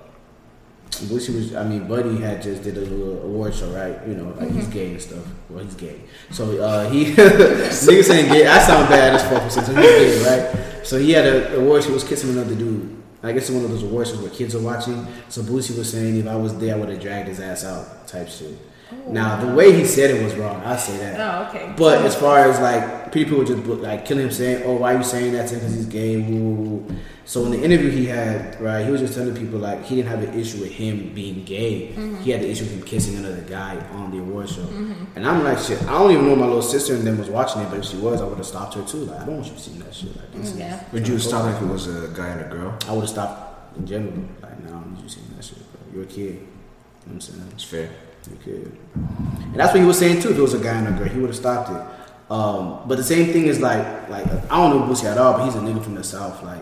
Speaker 1: Boosie was. I mean, Buddy had just did a little award show, right? You know, like he's gay and stuff. Well, he's gay. So uh, he niggas saying gay. I sound bad as fuck. Since he's gay, right? So he had a award show. He was kissing another dude. I guess it's one of those award shows where kids are watching. So Boosie was saying, if I was there, I would have dragged his ass out, type shit. Now the way he said it was wrong. I say that.
Speaker 8: Oh, okay.
Speaker 1: But as far as like people were just like killing him, saying, "Oh, why are you saying that to him? Because he's gay." Woo, woo, woo. So in the interview he had, right, he was just telling people like he didn't have an issue with him being gay. He had the issue with him kissing another guy on the award show. And I'm like, shit, I don't even know my little sister and them was watching it, but if she was, I would have stopped her too. Like, I don't want you seeing that shit. Like, this
Speaker 8: Yeah.
Speaker 1: is,
Speaker 2: Would you stop if it was a guy and a girl?
Speaker 1: I would have stopped in general. Like, no, I don't need you seeing that shit. Bro. You're a kid. You know what I'm saying?
Speaker 2: It's fair.
Speaker 1: Okay. And that's what he was saying too. If it was a guy and a girl, he would have stopped it. Um, but the same thing is like, like I don't know Boosie at all, but he's a nigga from the south. Like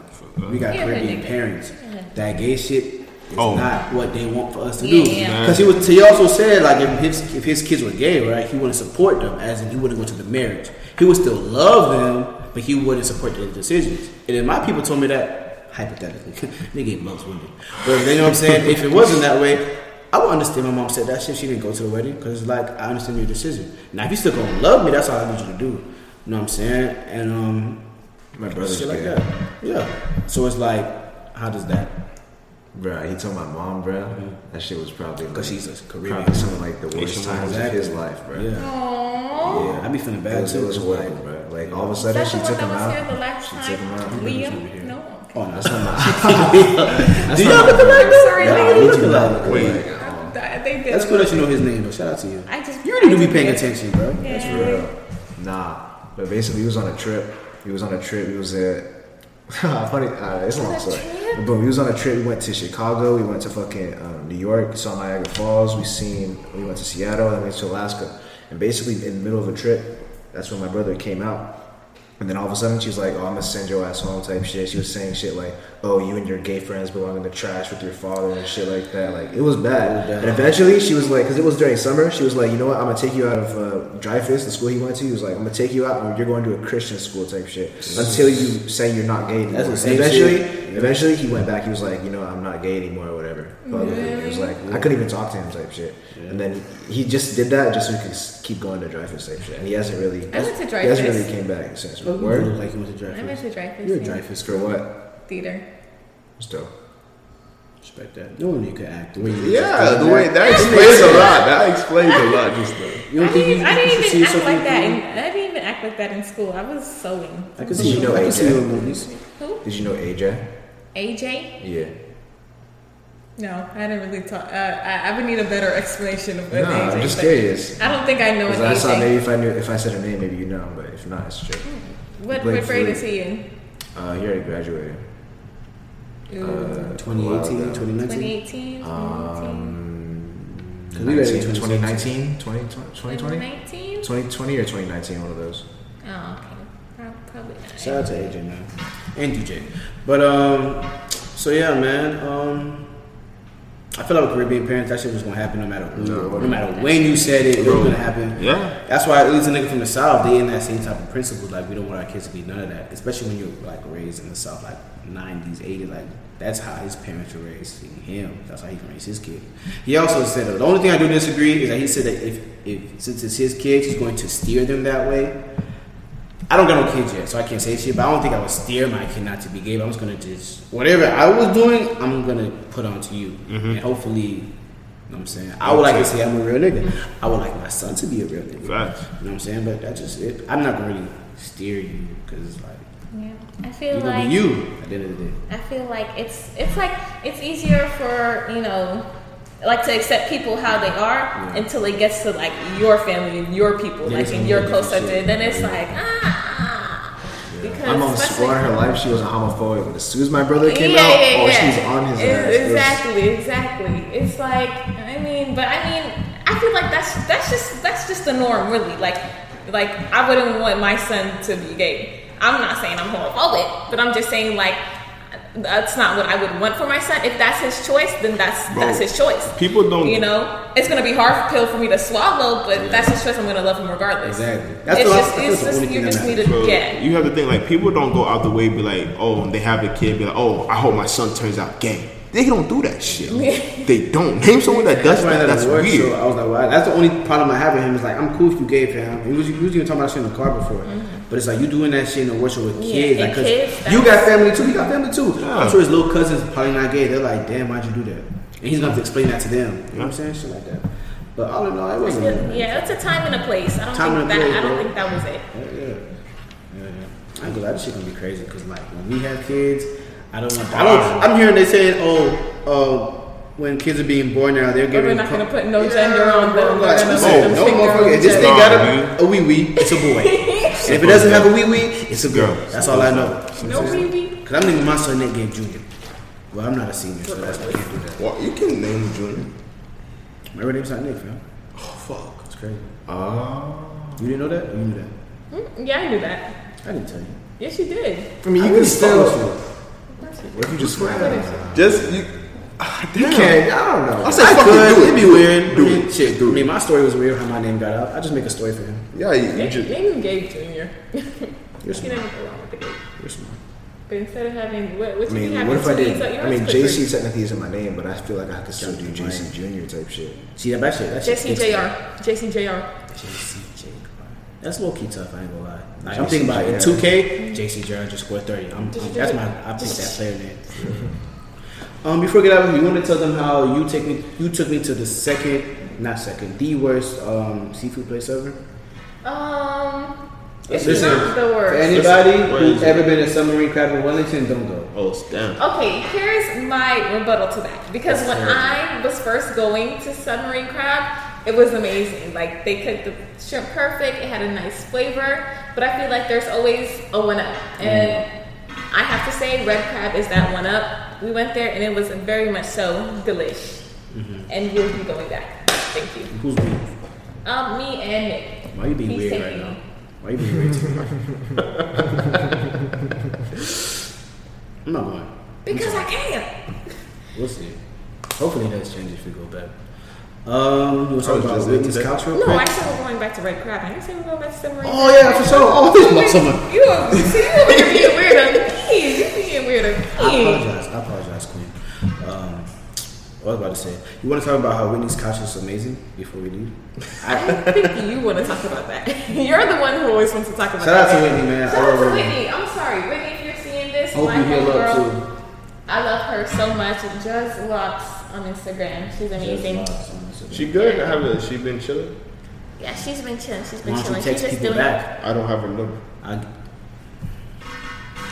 Speaker 1: we got
Speaker 8: Yeah,
Speaker 1: Caribbean
Speaker 8: nigga.
Speaker 1: parents. That gay shit is
Speaker 3: Oh.
Speaker 1: not what they want for us to
Speaker 8: Yeah,
Speaker 1: do.
Speaker 8: yeah.
Speaker 1: Because he was, he also said like if his if his kids were gay, right, he wouldn't support them. As in he wouldn't go to the marriage. He would still love them, but he wouldn't support their decisions. And then my people told me that hypothetically, nigga loves women. But you know what I'm saying? if it wasn't that way, I would understand. My mom said that shit. She didn't go to the wedding because like I understand your decision. Now if you still gonna love me, that's all I need you to do. You know what I'm saying? And um,
Speaker 2: My brother's
Speaker 1: shit like
Speaker 2: big.
Speaker 1: that. Yeah. So it's like, how does that?
Speaker 2: Bruh, he told my mom, bruh, that shit was probably like,
Speaker 1: Because she's a Caribbean.
Speaker 2: probably some of like the worst
Speaker 3: Asian woman.
Speaker 2: times of
Speaker 1: Exactly.
Speaker 2: his life, bruh.
Speaker 1: Yeah. Yeah. I be feeling
Speaker 2: It
Speaker 1: bad
Speaker 2: was, it
Speaker 1: too.
Speaker 2: was
Speaker 1: It's
Speaker 2: horrible,
Speaker 1: like-
Speaker 2: bruh. Like all of a sudden
Speaker 5: That's
Speaker 2: she
Speaker 5: the one
Speaker 2: took him
Speaker 5: that was here
Speaker 2: out.
Speaker 5: the last
Speaker 2: She took him out.
Speaker 5: time. Liam? No.
Speaker 1: Oh, no, that's not my.
Speaker 2: Do y'all look alike?
Speaker 5: I'm sorry,
Speaker 1: Nah,
Speaker 5: nigga.
Speaker 1: we do not look
Speaker 3: Wait.
Speaker 1: alike.
Speaker 5: That- They did.
Speaker 1: That's cool that you know his name, though. Shout out to you.
Speaker 5: I just.
Speaker 1: You already do be paying attention, bro.
Speaker 5: That's
Speaker 2: Nah, but basically he was on a trip. He was on a trip. He was at funny. Uh, it's a long story. But boom, he was on a trip. We went to Chicago. We went to fucking um, New York. Saw Niagara Falls. We seen. We went to Seattle. Then we went to Alaska. And basically in the middle of a trip, that's when my brother came out. And then all of a sudden she's like, "Oh, I'm gonna send your ass home." Type shit. She was saying shit like, "Oh, you and your gay friends belong in the trash with your father and shit like that." Like it was bad. And eventually she was like, because it was during summer, she was like, "You know what? I'm gonna take you out of uh, Dreyfus, the school he went to." He was like, "I'm gonna take you out, and you're going to a Christian school type shit until you say you're not gay anymore."
Speaker 1: That's the same
Speaker 2: And eventually,
Speaker 1: shit.
Speaker 2: eventually he went back. He was like, "You know, I'm not gay anymore or whatever." Publicly, it was like I couldn't even talk to him type shit. And then he just did that just so he could s- keep going to Dreyfus type shit. And he hasn't really,
Speaker 5: I went to
Speaker 2: he hasn't
Speaker 5: Dreyfus.
Speaker 2: really came back since.
Speaker 1: You
Speaker 2: Word?
Speaker 1: look like you went to
Speaker 5: I went
Speaker 1: Dreyfus.
Speaker 5: to Dreyfus.
Speaker 1: You're a
Speaker 5: yeah.
Speaker 1: Dreyfus
Speaker 2: For
Speaker 1: girl.
Speaker 2: what?
Speaker 5: Theater.
Speaker 2: Still.
Speaker 1: Respect that. No one you could act the way you
Speaker 3: Yeah, the way that explains a lot. That explains a lot. Just like,
Speaker 1: You
Speaker 5: I
Speaker 1: don't think
Speaker 5: didn't,
Speaker 1: you,
Speaker 5: I
Speaker 1: you should
Speaker 5: didn't
Speaker 1: see
Speaker 5: even act
Speaker 1: yourself
Speaker 5: like
Speaker 1: in
Speaker 5: that.
Speaker 1: a
Speaker 5: In, I didn't even act like that in school. I was sewing.
Speaker 1: I can
Speaker 2: Did
Speaker 1: see
Speaker 2: you
Speaker 1: you.
Speaker 2: know
Speaker 1: I can see
Speaker 2: AJ?
Speaker 1: you in movies.
Speaker 5: Who?
Speaker 2: Did you know AJ?
Speaker 5: AJ?
Speaker 2: Yeah.
Speaker 5: No, I didn't really talk. Uh, I, I would need a better explanation of what
Speaker 2: No,
Speaker 5: AJ.
Speaker 2: I'm just
Speaker 5: but
Speaker 2: curious.
Speaker 5: I don't think I know an
Speaker 2: Because I saw
Speaker 5: AJ.
Speaker 2: maybe if I knew if I said her name, maybe you know, but if not, it's true.
Speaker 5: What,
Speaker 2: Blake
Speaker 5: what grade
Speaker 2: Fleet.
Speaker 5: is he in?
Speaker 2: Uh, he already graduated.
Speaker 5: Ooh,
Speaker 1: 2018,
Speaker 2: Uh,
Speaker 1: 2019.
Speaker 5: 2018, 2019.
Speaker 1: Um, Because we ready
Speaker 2: 2019, 2020,
Speaker 5: 2019?
Speaker 2: 2020 or 2019, one of those.
Speaker 5: Oh, okay. Prob- Probably not.
Speaker 1: Shout out to AJ, man. And DJ. But, um, so yeah, man. Um, I feel like with Caribbean parents, that shit was gonna happen no matter who, no, matter when you said it, it was gonna happen.
Speaker 3: yeah,
Speaker 1: That's why at least a nigga from the South, they in that same type of principles. Like we don't want our kids to be none of that, especially when you're like raised in the South, like '90s, '80s. Like that's how his parents were raising him. That's how he can raise his kid. He also said the only thing I do disagree is that he said that if if since it's his kids, he's going to steer them that way. I don't got no kids yet, so I can't say shit. But I don't think I would steer my kid not to be gay. But I'm just gonna just whatever I was doing, I'm gonna put on to you, and hopefully, you know what I'm saying. I would like to say I'm a real nigga. I would like my son to be a real nigga.
Speaker 3: Facts.
Speaker 1: You know what I'm saying? But that's just it. I'm not gonna really steer you because like
Speaker 5: Yeah. I
Speaker 1: you're
Speaker 5: feel
Speaker 1: gonna
Speaker 5: like.
Speaker 1: be you at the end of the day.
Speaker 5: I feel like it's it's like it's easier for you know like to accept people how they are until it gets to like your family and your people like
Speaker 1: it's
Speaker 5: and
Speaker 1: a
Speaker 5: your
Speaker 1: whole
Speaker 5: close
Speaker 1: different
Speaker 5: circle
Speaker 1: shit.
Speaker 5: then it's like ah because
Speaker 2: My mom
Speaker 5: especially-
Speaker 2: swore in her life she was a homophobe, but as soon as my brother came
Speaker 5: yeah,
Speaker 2: out,
Speaker 5: yeah,
Speaker 2: oh,
Speaker 5: yeah.
Speaker 2: she was on his
Speaker 5: It-
Speaker 2: ass. It was-
Speaker 5: Exactly, exactly. It's like I mean, but I mean, I feel like that's that's just that's just the norm, really. Like, like I wouldn't want my son to be gay. I'm not saying I'm homophobic, but I'm just saying like that's not what I would want for my son. If that's his choice, then that's
Speaker 3: Bro,
Speaker 5: that's his choice.
Speaker 3: people don't-
Speaker 5: you know, it's gonna be hard pill for me to swallow, but that's his choice. I'm gonna love him regardless.
Speaker 1: Exactly. That's
Speaker 5: it's
Speaker 1: what I-
Speaker 5: just,
Speaker 1: I think
Speaker 5: it's
Speaker 1: that's the
Speaker 5: just
Speaker 1: only
Speaker 5: you
Speaker 1: thing that
Speaker 5: just need
Speaker 3: bro,
Speaker 5: to yeah.
Speaker 3: You have to think like people don't go out the way be like, oh, they have a kid, be like, oh, I hope my son turns out gay. They don't do that shit. they don't. Name someone that
Speaker 1: That's
Speaker 3: does
Speaker 1: why
Speaker 3: that.
Speaker 1: that
Speaker 3: That's
Speaker 1: doesn't work. So
Speaker 3: weird.
Speaker 1: I was like, well, that's the only problem I have with him is like, I'm cool if you gay, fam. And we was, we was even talking about shit in the car before. But it's like, you doing that shit in the worship with
Speaker 5: Mm-hmm. Yeah,
Speaker 1: kids. like,
Speaker 5: and
Speaker 1: 'cause
Speaker 5: kids,
Speaker 1: you
Speaker 5: that's-
Speaker 1: got family too. He got family too.
Speaker 3: Yeah.
Speaker 1: I'm sure his little cousin's probably not gay. They're like, damn, why'd you do that? And he's going to have to explain that to them. You know what I'm saying? Shit like that. But all in all, it wasn't.
Speaker 5: Yeah, yeah, it's a time and a place. I don't
Speaker 1: Time and
Speaker 5: think
Speaker 1: a
Speaker 5: that
Speaker 1: place,
Speaker 5: I don't
Speaker 1: bro.
Speaker 5: think that was it.
Speaker 1: Yeah, yeah. yeah. I'm glad this shit gonna be crazy because like when we have kids, I don't want. I don't. I'm hearing they saying, oh, uh, when kids are being born now, they're
Speaker 5: But
Speaker 1: giving.
Speaker 5: we're not gonna put no
Speaker 1: Yeah,
Speaker 5: gender on
Speaker 1: bro,
Speaker 5: them.
Speaker 1: like,
Speaker 5: We're gonna
Speaker 1: listen,
Speaker 5: let them
Speaker 1: Oh, no
Speaker 5: pick their own
Speaker 1: motherfucker. If this
Speaker 5: gender.
Speaker 1: thing
Speaker 3: gender. Nah,
Speaker 1: got a, a wee wee, it's a boy. and if it doesn't have a wee wee, it's a girl. That's all I know.
Speaker 5: No baby.
Speaker 1: Cause I'm naming my son Nick Game Junior. Well, I'm not a senior, so that's I can't do that.
Speaker 3: Well, you can name him Junior.
Speaker 1: My real name's not Nick, fam. Oh fuck, it's crazy.
Speaker 2: Oh.
Speaker 1: You didn't know that? You knew that?
Speaker 5: Mm, Yeah, I knew that.
Speaker 1: I didn't tell you.
Speaker 5: Yes, you did.
Speaker 2: I mean, you can
Speaker 1: really
Speaker 2: still.
Speaker 1: fuck with
Speaker 2: What if you just swear?
Speaker 3: Just you.
Speaker 1: ah,
Speaker 2: You can't. I don't know.
Speaker 3: I said, fucking
Speaker 1: could.
Speaker 3: do it.
Speaker 1: It'd be weird.
Speaker 3: Do
Speaker 1: I mean,
Speaker 3: it.
Speaker 1: Shit, dude. I mean, my story was weird how my name got out. I just make a story for him.
Speaker 3: Yeah, you, you
Speaker 5: Gabe,
Speaker 3: just.
Speaker 5: Gabe gave Junior. you
Speaker 1: You're
Speaker 5: didn't
Speaker 1: smart.
Speaker 5: go along with the Gabe.
Speaker 1: You're smart.
Speaker 5: But instead of having what,
Speaker 2: I
Speaker 5: what you
Speaker 2: mean,
Speaker 5: have
Speaker 2: what if
Speaker 5: two
Speaker 2: I
Speaker 5: E's
Speaker 2: did?
Speaker 5: up, you
Speaker 2: I mean,
Speaker 5: always put three.
Speaker 2: JC technically isn't my name, but I feel like I could still do JC Junior type shit.
Speaker 1: See that bad shit. That shit.
Speaker 5: JCJR. JCJR.
Speaker 1: JCJ. That's low key tough. I ain't gonna lie. Like, I'm thinking about it. In 2K, JC Jared just scored 30. I'm, I'm- that's my. I picked that player name. um, before we get out of here, you want to tell them how you take me? You took me to the second, not second, the worst um, seafood place ever.
Speaker 5: Um, it's
Speaker 1: Listen,
Speaker 5: not the
Speaker 1: For
Speaker 5: worst.
Speaker 1: anybody
Speaker 3: Where
Speaker 1: who's
Speaker 3: is it?
Speaker 1: ever been to submarine crab in Wellington, don't go.
Speaker 3: Oh, damn.
Speaker 5: Okay, here's my rebuttal to that because when I was first going to Submarine Crab, it was amazing. Like they cooked the shrimp perfect, it had a nice flavor, but I feel like there's always a one up, and I have to say Red Crab is that one up. We went there and it was very much so delish, and we'll be going back. Thank you.
Speaker 1: Mm-hmm. Who's me?
Speaker 5: Um, me and Nick.
Speaker 1: Why you being weird
Speaker 5: He's
Speaker 1: right
Speaker 5: taking
Speaker 1: now?
Speaker 5: me.
Speaker 1: Why you being weird? to me? I'm not going.
Speaker 5: Because I can.
Speaker 1: We'll see. Hopefully that's changed if we go back. Um, you want to talk
Speaker 3: I was
Speaker 1: about
Speaker 3: just looking
Speaker 1: Whitney's
Speaker 3: back.
Speaker 1: couch real
Speaker 5: No,
Speaker 1: quick?
Speaker 5: I said we're going back to Red Crab. I didn't say we're going back to Submarine.
Speaker 1: oh yeah, for sure. Oh, this is my summer.
Speaker 5: You are- see, you over here being weird on me. You being weird on
Speaker 1: I
Speaker 5: me.
Speaker 1: apologize. I apologize, Queen. Um, what I was about to say. You want to talk about how Whitney's couch is amazing before we leave? I,
Speaker 5: I think you want to talk about that. You're the one who always wants to talk about
Speaker 1: shout out
Speaker 5: that.
Speaker 1: to Whitney, man. I
Speaker 5: Shout
Speaker 1: love
Speaker 5: out to
Speaker 1: Whitney.
Speaker 5: Whitney. I'm sorry, Whitney, if you're seeing this,
Speaker 1: Hope
Speaker 5: my
Speaker 1: you heal up
Speaker 5: homegirl,
Speaker 1: too.
Speaker 5: I love her so much. Just Locks on Instagram. She's amazing.
Speaker 3: She good? I haven't. She been chilling.
Speaker 5: Yeah, she's been chilling. She's been
Speaker 1: Why don't
Speaker 5: chilling.
Speaker 1: you
Speaker 5: She's
Speaker 1: text
Speaker 5: just
Speaker 1: people
Speaker 5: doing
Speaker 1: back?
Speaker 3: I don't have her number.
Speaker 1: I,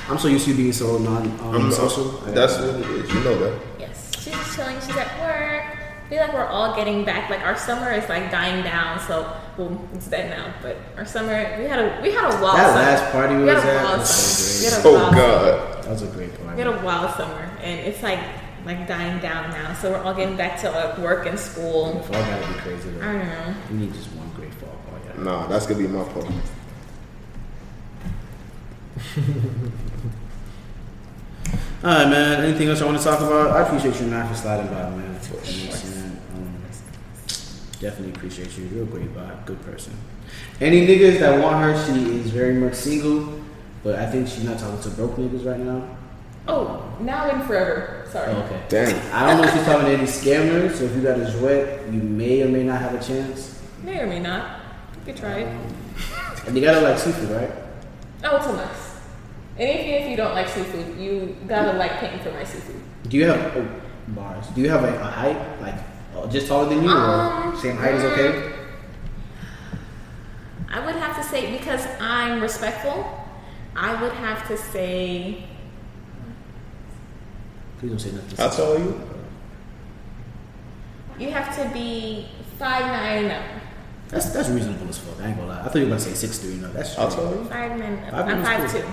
Speaker 1: I'm so used to you being so non um,
Speaker 3: I'm
Speaker 1: social.
Speaker 3: social. That's what it is. You know that.
Speaker 5: Yes, she's just chilling. She's at work. I feel like we're all getting back. Like our summer is like dying down. So well, it's dead now. But our summer, we had a we had a wild
Speaker 1: That
Speaker 5: summer.
Speaker 1: last party we
Speaker 5: we had
Speaker 1: was
Speaker 5: a
Speaker 1: at
Speaker 5: wild
Speaker 1: was
Speaker 5: summer.
Speaker 1: so
Speaker 5: We
Speaker 3: Oh
Speaker 5: had a wild
Speaker 3: God.
Speaker 1: that was a great party.
Speaker 5: We had a wild summer, and it's like like dying down now. So we're all getting back to like work and school.
Speaker 1: Fall gotta be crazy.
Speaker 5: I don't know.
Speaker 1: We need just one great fall party.
Speaker 3: Nah, that's gonna be my fault.
Speaker 1: All right, man. Anything else I want to talk about? I appreciate you, man, for sliding by, man. You know what I'm saying? Um, definitely appreciate you. You're a great vibe, good person. Any niggas that want her, she is very much single, but I think she's not talking to broke niggas right now.
Speaker 5: Oh, now and forever. Sorry.
Speaker 1: Oh, Okay.
Speaker 3: Damn.
Speaker 1: I don't know if she's talking to any scammers, so if you got a sweat, you may or may not have a chance.
Speaker 5: May or may not. You could try it.
Speaker 1: And you gotta like seafood, right?
Speaker 5: Oh, it's a must. And if you, if you don't like seafood, you gotta like paying for my seafood.
Speaker 1: Do you have oh, bars? Do you have like a height, like uh, just taller than you, or
Speaker 5: Um,
Speaker 1: same height is okay?
Speaker 5: I would have to say because I'm respectful. I would have to say
Speaker 1: Please don't say nothing.
Speaker 3: How tall are you?
Speaker 5: you have to be five nine and up.
Speaker 1: That's that's reasonable as fuck. I ain't gonna lie. I thought you were about to say six three. No, that's
Speaker 3: How
Speaker 1: true.
Speaker 3: tall are you?
Speaker 5: Five nine. Up.
Speaker 1: Five
Speaker 5: I'm
Speaker 1: nine
Speaker 5: five
Speaker 1: is
Speaker 5: two.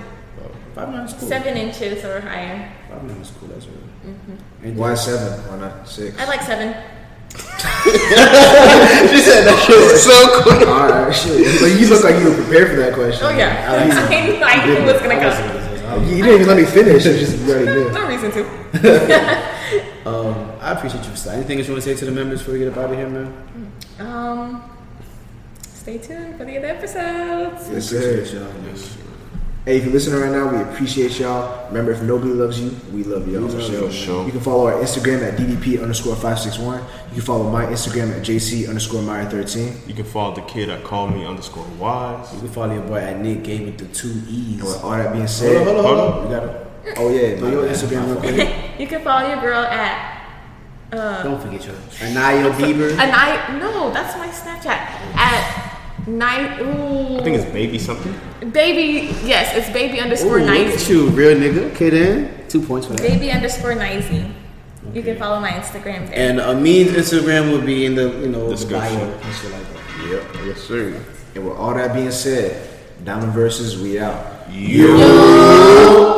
Speaker 1: Five nine is cool.
Speaker 5: Seven inches or higher.
Speaker 1: Five nine is cool. That's right. And
Speaker 2: Why seven? Why not six?
Speaker 5: I like seven.
Speaker 2: She said that shit was so quick. All right, shit. But you look like you were prepared for that question.
Speaker 5: Oh yeah. I, knew- I knew it was gonna come.
Speaker 2: You didn't even let me finish. It's just you already knew.
Speaker 5: No reason to.
Speaker 1: Um, I appreciate you for that. Anything else you want to say to the members before we get up out of here, man?
Speaker 5: Um, stay tuned for the other episodes.
Speaker 2: Yes, sir.
Speaker 1: Appreciate y'all, man.
Speaker 2: Hey, if you're listening right now, we appreciate y'all. Remember, if nobody loves you, we love y'all. For sure. You can follow our Instagram at DDP underscore 561. You can follow my Instagram at JC underscore Meyer 13.
Speaker 3: You can follow the kid at call me underscore wise.
Speaker 1: You can follow your boy at Nick Game with the two E's.
Speaker 2: And with
Speaker 1: Hold
Speaker 2: all that being
Speaker 1: on,
Speaker 2: said,
Speaker 1: hold on, hold on.
Speaker 3: Hold
Speaker 1: You gotta
Speaker 2: oh yeah, do your Instagram real quick.
Speaker 5: You can follow your girl at
Speaker 1: don't forget your Anaya Bieber.
Speaker 5: and I no, that's my Snapchat at nine. Ooh,
Speaker 3: I think it's baby something.
Speaker 5: baby. Yes, it's baby
Speaker 1: Ooh,
Speaker 5: underscore
Speaker 1: look
Speaker 5: ninety.
Speaker 1: at you, real nigga. Okay then, two points for that.
Speaker 5: Baby underscore Nizy. You can follow my Instagram there.
Speaker 1: And Amin's Instagram will be in the you know the bio
Speaker 3: Description.
Speaker 1: and shit like that.
Speaker 3: Yep. Yes, sir.
Speaker 2: And with all that being said, Diamond versus, we out.
Speaker 3: You.
Speaker 5: Ooh.